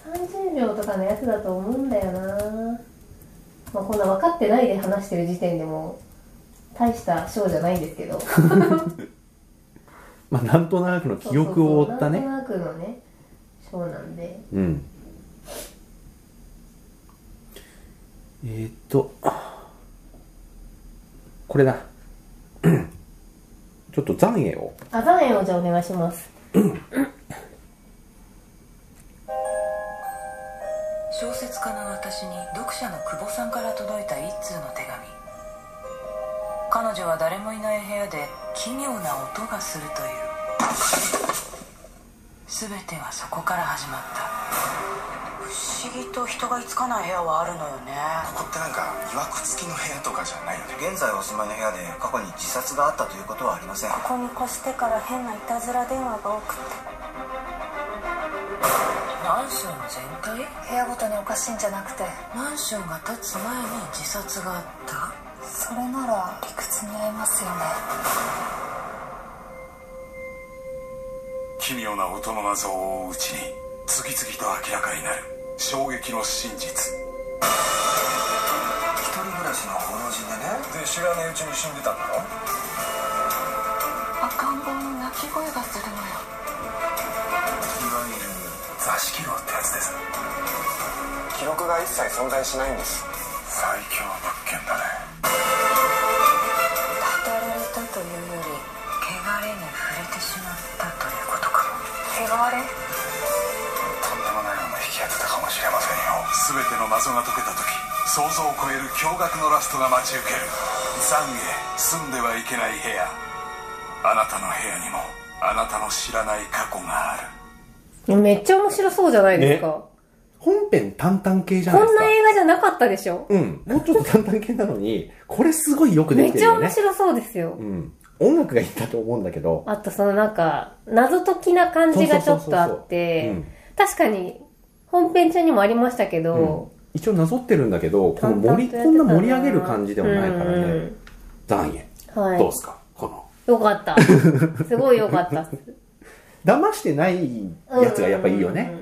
B: 30秒とかのやつだと思うんだよな、まあ、こんな分かってないで話してる時点でもう大した賞じゃないんですけ ど
A: まあなんとなくの記憶を追ったね
B: そうそうそうなんとなくのね賞なんで
A: うんえー、っとこれだ ちょっと残影を
B: あざえをじゃあお願いします
C: 小説家の私に読者の久保さんから届いた一通の手紙彼女は誰もいない部屋で奇妙な音がするという全てはそこから始まった不思議と人が居つかない部屋はあるのよね
D: ここってなんかいわくつきの部屋とかじゃないよね
E: 現在お住まいの部屋で過去に自殺があったということはありません
F: ここに越してから変ないたずら電話が多くて
C: マンション全体
F: 部屋ごとにおかしいんじゃなくて
C: マンションが建つ前に自殺があった
F: それなら理屈に合いますよね
D: 奇妙な音の謎を追ううちに次々と明らかになる衝撃の真実
E: 一人暮らしのご老人でね
D: で知らねえうちに死んでたんだろ
C: 赤ん坊の泣き声がするのよ
D: いわゆる座敷牢ってやつです
E: 記録が一切存在しないんです
D: 最強物件だね
C: 語られたというより汚れに触れてしまったということかも汚れ
D: とんでもないもの引き当てたかもしれませんよ全ての謎が解けた時想像を超える驚愕のラストが待ち受ける残影住んではいけない部屋あなたの部屋にもあなたの知らない過去がある
B: めっちゃ面白そうじゃないですか
A: 本編淡々系じゃない
B: こ
A: で
B: ん
A: すか
B: な映画じゃなかったでしょ
A: うんもうちょっと淡々系なのにこれすごいよくで
B: め
A: き
B: ってち
A: る
B: ゃ
A: よね
B: 面白そうですよ、
A: うん、音楽がいいんだと思うんだけど
B: あとそのなんか謎解きな感じがちょっとあ
A: そ
B: っ
A: うそうそうそううん
B: て確かに本編中にもありましたけど、
A: 一応なぞってるんだけどこの
B: 淡
A: 盛
B: 々とやっ
A: り
B: てた
A: こんな盛り上げる感じでもないから
B: うん
A: ね残影、
B: うんはい
A: どうっすかこの
B: よ かったすごいよかったっす
A: 騙してないやつがやっぱいいよ
B: うんうんう
A: ね
B: ん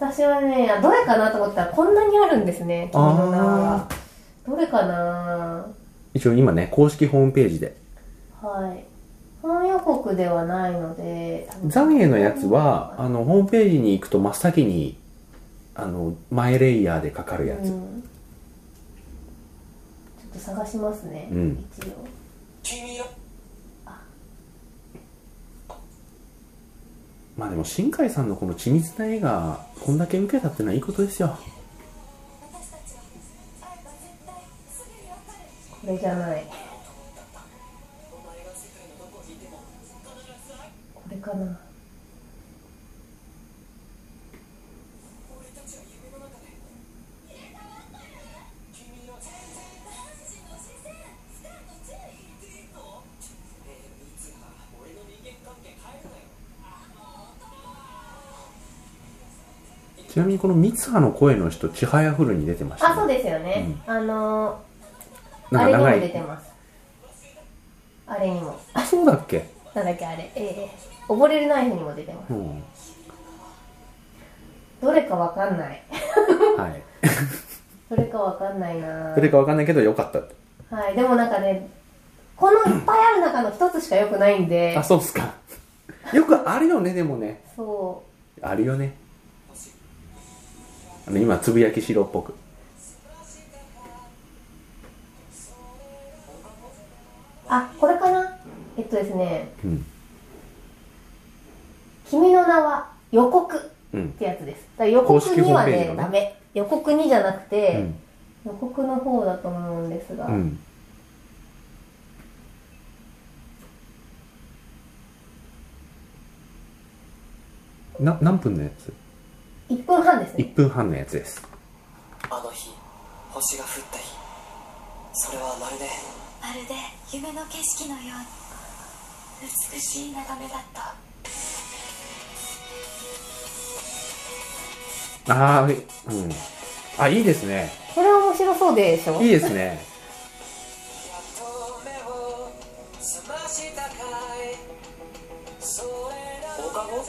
B: 私はねどれかなと思ったらこんなにあるんですね君の名は
A: ああ
B: どれかな
A: 一応今ね公式ホームページで
B: はい本予告ではないので多分
A: 残影のやつはあのホームページに行くと真っ先にあの前レイヤーでかかるやつ、
B: ちょっと探しますね、
A: うん
B: 一応
A: まあでも新海さんのこの緻密な絵がこんだけ受けたってのはいいことですよ
B: これじゃないこれかな
A: ちなみにこの三葉の声の人ちはやふるに出てました、
B: あそうですよね、あのー
A: な
B: あ
A: ん
B: れ
A: か
B: にも
A: 長
B: 出て
A: い
B: ますあれにも
A: あそうだっけ
B: なんだっけあれええ溺れるナイフにも出てます
A: うん
B: どれかわかんない
A: はい
B: どれかわかんないな
A: どれかわかんないけどよかったって
B: はいでもなんかねこのいっぱいある中の一つしか良くないんで
A: あそうっすかよくあるよねでもね
B: そ
A: あるよねあの今つぶやきしろっぽく
B: うあこれかなえっとですね
A: うん
B: 「君の名は予告」っ
A: うん
B: てやつですだから予告には
A: 公式ホームページ
B: ね
A: のね
B: ダメ予告にじゃなく
A: う
B: て、
A: ん
B: 予告の方だと思うんですが、
A: うんな何分のやつ
B: 1分半ですね
A: 1分半のやつです
G: あの日星が降った日それはまるで
F: まるで夢の景色のように美しい眺めだった
A: ああうんあいいですね
B: これは面白そうでしょ
A: いいですね
G: 放課後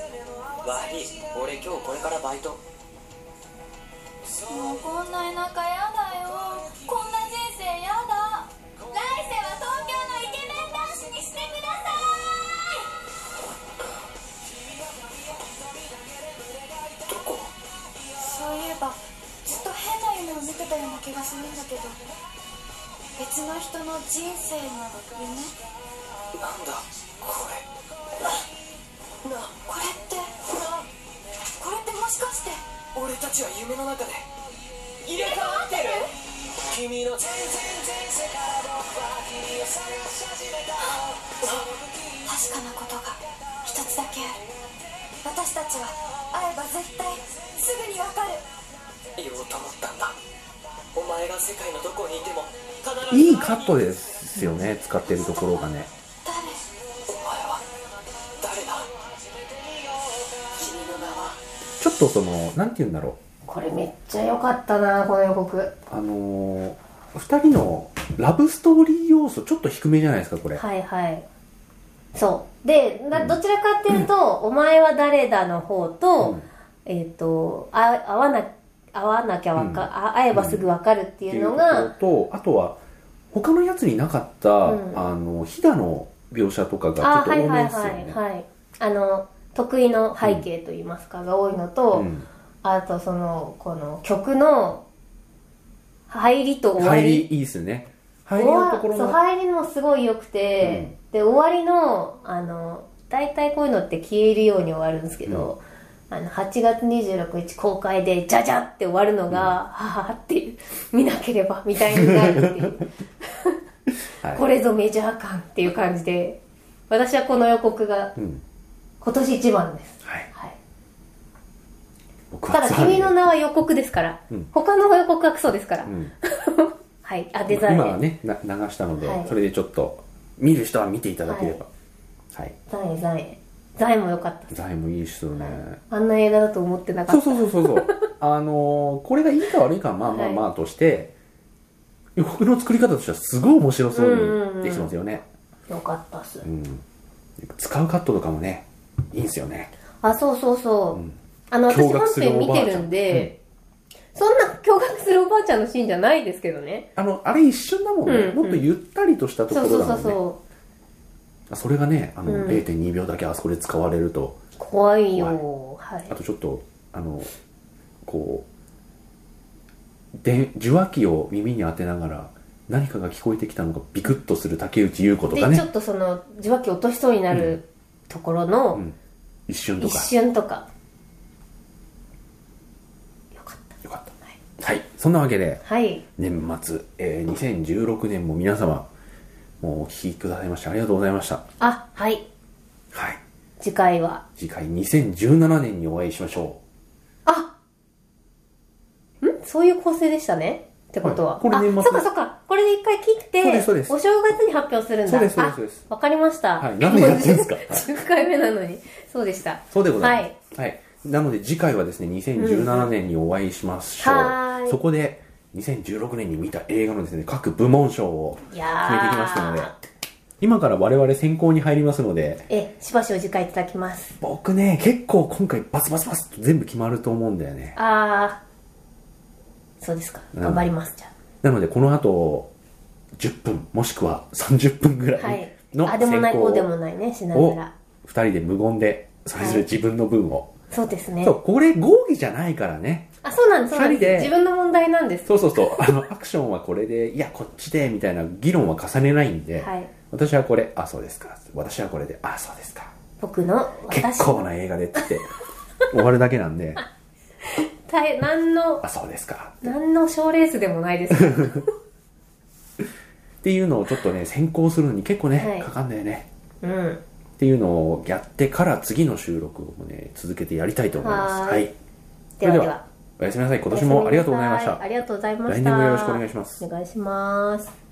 G: わい俺今日これからバイト
F: もうこんな田舎やだよこんな人生やだ来世は東京のイケメン男子にしてくださ
G: ど
F: い
G: こ
F: そういえばずっと変な夢を見てたような気がするんだけど別の人の人生の夢
G: なんだこれな
F: これってこれってもしかして
G: 俺たちは夢の中で入れ替わってる君の全然前世から僕は君を探し始めた
F: 確かなことが一つだけある私たちは会えば絶対すぐにわかる
G: 言おうと思ったんだお前が世界のどこにいても必ず
A: いいカットですよね使ってるところがね
F: 誰
G: お前は誰だ君の名は
A: ちょっとそのなんて言うんだろう
B: これめっちゃ良かったなこの予告は
A: あのー、2人のラブストーリー要素ちょっと低めじゃないですかこれ、
B: いはいそうでなどちらかってい うと「お前は誰だ」の方と「
A: うん
B: えっ、とあ会わな会わなきゃわか、
A: うん
B: あ会えばすぐわかるって
A: って
B: い
A: いううとこ
B: のが、
A: ろとあとは他のやつになかった、
B: うん
A: あの飛騨の描写とか
B: あ
A: がちょっ
B: は
A: と
B: い
A: 多
B: は
A: め
B: い
A: ですよ
B: はい
A: ね
B: はいあの得意の背景といいますか、が多いのと、
A: うん
B: あとそのこの曲の入りと終わ
A: 入り
B: り
A: いいですね入
B: 終
A: りの
B: わ
A: ところ
B: そう
A: の
B: 入りもすごい良くて、で終わりのあの大体こういうのって消えるように終わるんですけど、あの8月26日公開でじゃじゃって終わるのが、はははっていう見なければみたいになるっていう。
A: はい
B: これぞメジャー感っていう感じで私はこの予告が
A: うん
B: 今年一番です、
A: はい
B: はい、
A: 僕
B: た
A: は
B: だ「
A: ザーメ
B: 君
A: ン
B: の名は予告」ですから、
A: うん
B: 他の予告がクソですから、
A: ん
B: はいあデザイン
A: 今はねな流したので、
B: はい
A: それでちょっと見る人は見ていただければはい、
B: ザインザインザインも良かった
A: ザイもいいですよね、
B: あんな映画だと思ってなか
A: そう
B: った
A: そうそうそうそうあのーこれがいいか悪いかはまあまあまあとして、予告の作り方としてはすごい面白そうにできてますよね、
B: 良かったっす、
A: 使うカットとかもねいいんすよね
B: あそうそうそう、あの私
A: 驚愕
B: 本
A: する
B: 編
A: お
B: 見
A: ばあちゃん
B: てるんで、そんな驚愕するおばあちゃんのシーンじゃないですけどね
A: あのあれ一瞬だもんね、
B: うんうん
A: もっとゆったりとしたとこ
B: そ
A: ろ
B: うそう
A: だも
B: そ
A: ん
B: う
A: ね
B: そ
A: あそれがねあの、
B: うん
A: 0.2秒だけあそこで使われると
B: う怖いよはい
A: あとちょっとあのこうで受話器を耳に当てながら何かが聞こえてきたのがビクッとする竹内優子とか
B: でちょ
A: ね
B: っとその受話器落としそうになるところの
A: ん一瞬と
B: 一
A: か
B: 瞬とか、
A: よかったはい、そんなわけで
B: はい
A: 年末、えー2016年も皆様もうお聞きくださいましてありがとうございました
B: あはい
A: はい
B: 次回は
A: 次回2017年にお会いしましょ
B: あんそういう構成でしたねってことは、
A: はいこれ年末
B: あそっかそっかこれで一回切って
A: そうですそうです
B: お正月に発表するんだ
A: そうですそうですそうです
B: あわかりました、
A: はい何やってん すか
B: 10回目なのにそうでした
A: うそうでござい
B: は
A: ますはい、なので次回はですね2017年にお会いしましょう、
B: うんはーい
A: そこで2016年に見た映画のですね各部門賞を
B: い
A: 決めて
B: やー
A: いきますので今から我々選考に入りますので
B: えしばしお時間いただきます
A: 僕ね結構今回バスバスバスと全部決まると思うんだよね
B: あーそうですか
A: ん
B: 頑張りますじゃ
A: なのでこの後10分もしくは30分ぐら
B: あはい
A: いの
B: あでもない
A: 選考
B: こうでもないねしな
A: を
B: がら
A: 2人で無言でそれぞれ自分の分を、
B: そうですね
A: そうこれ合議じゃないからね
B: あそうなんですそうなん
A: 二人で
B: です自分の問題なんです
A: そうそうそうあのアクションはこれでいやこっちでみたいな議論は重ねないんで、
B: はい
A: 私はこれあそうですか私はこれであそうですか
B: 僕の私
A: 結構な映画でって言って終わるだけなんで
B: 大何の
A: あそうですか
B: 何の賞レースでもないです
A: っていうのをちょっとね先行するのに結構ね、
B: はい
A: かかんだよね
B: うん
A: っていうのをやってから次の収録をね続けてやりたいと思います
B: はーい
A: はい
B: ではでは
A: おやすみなさい今年もありがとうございまし
B: おやすみなさ
A: た
B: ありがとうございました
A: 来年もよろしくお願いします
B: お願いします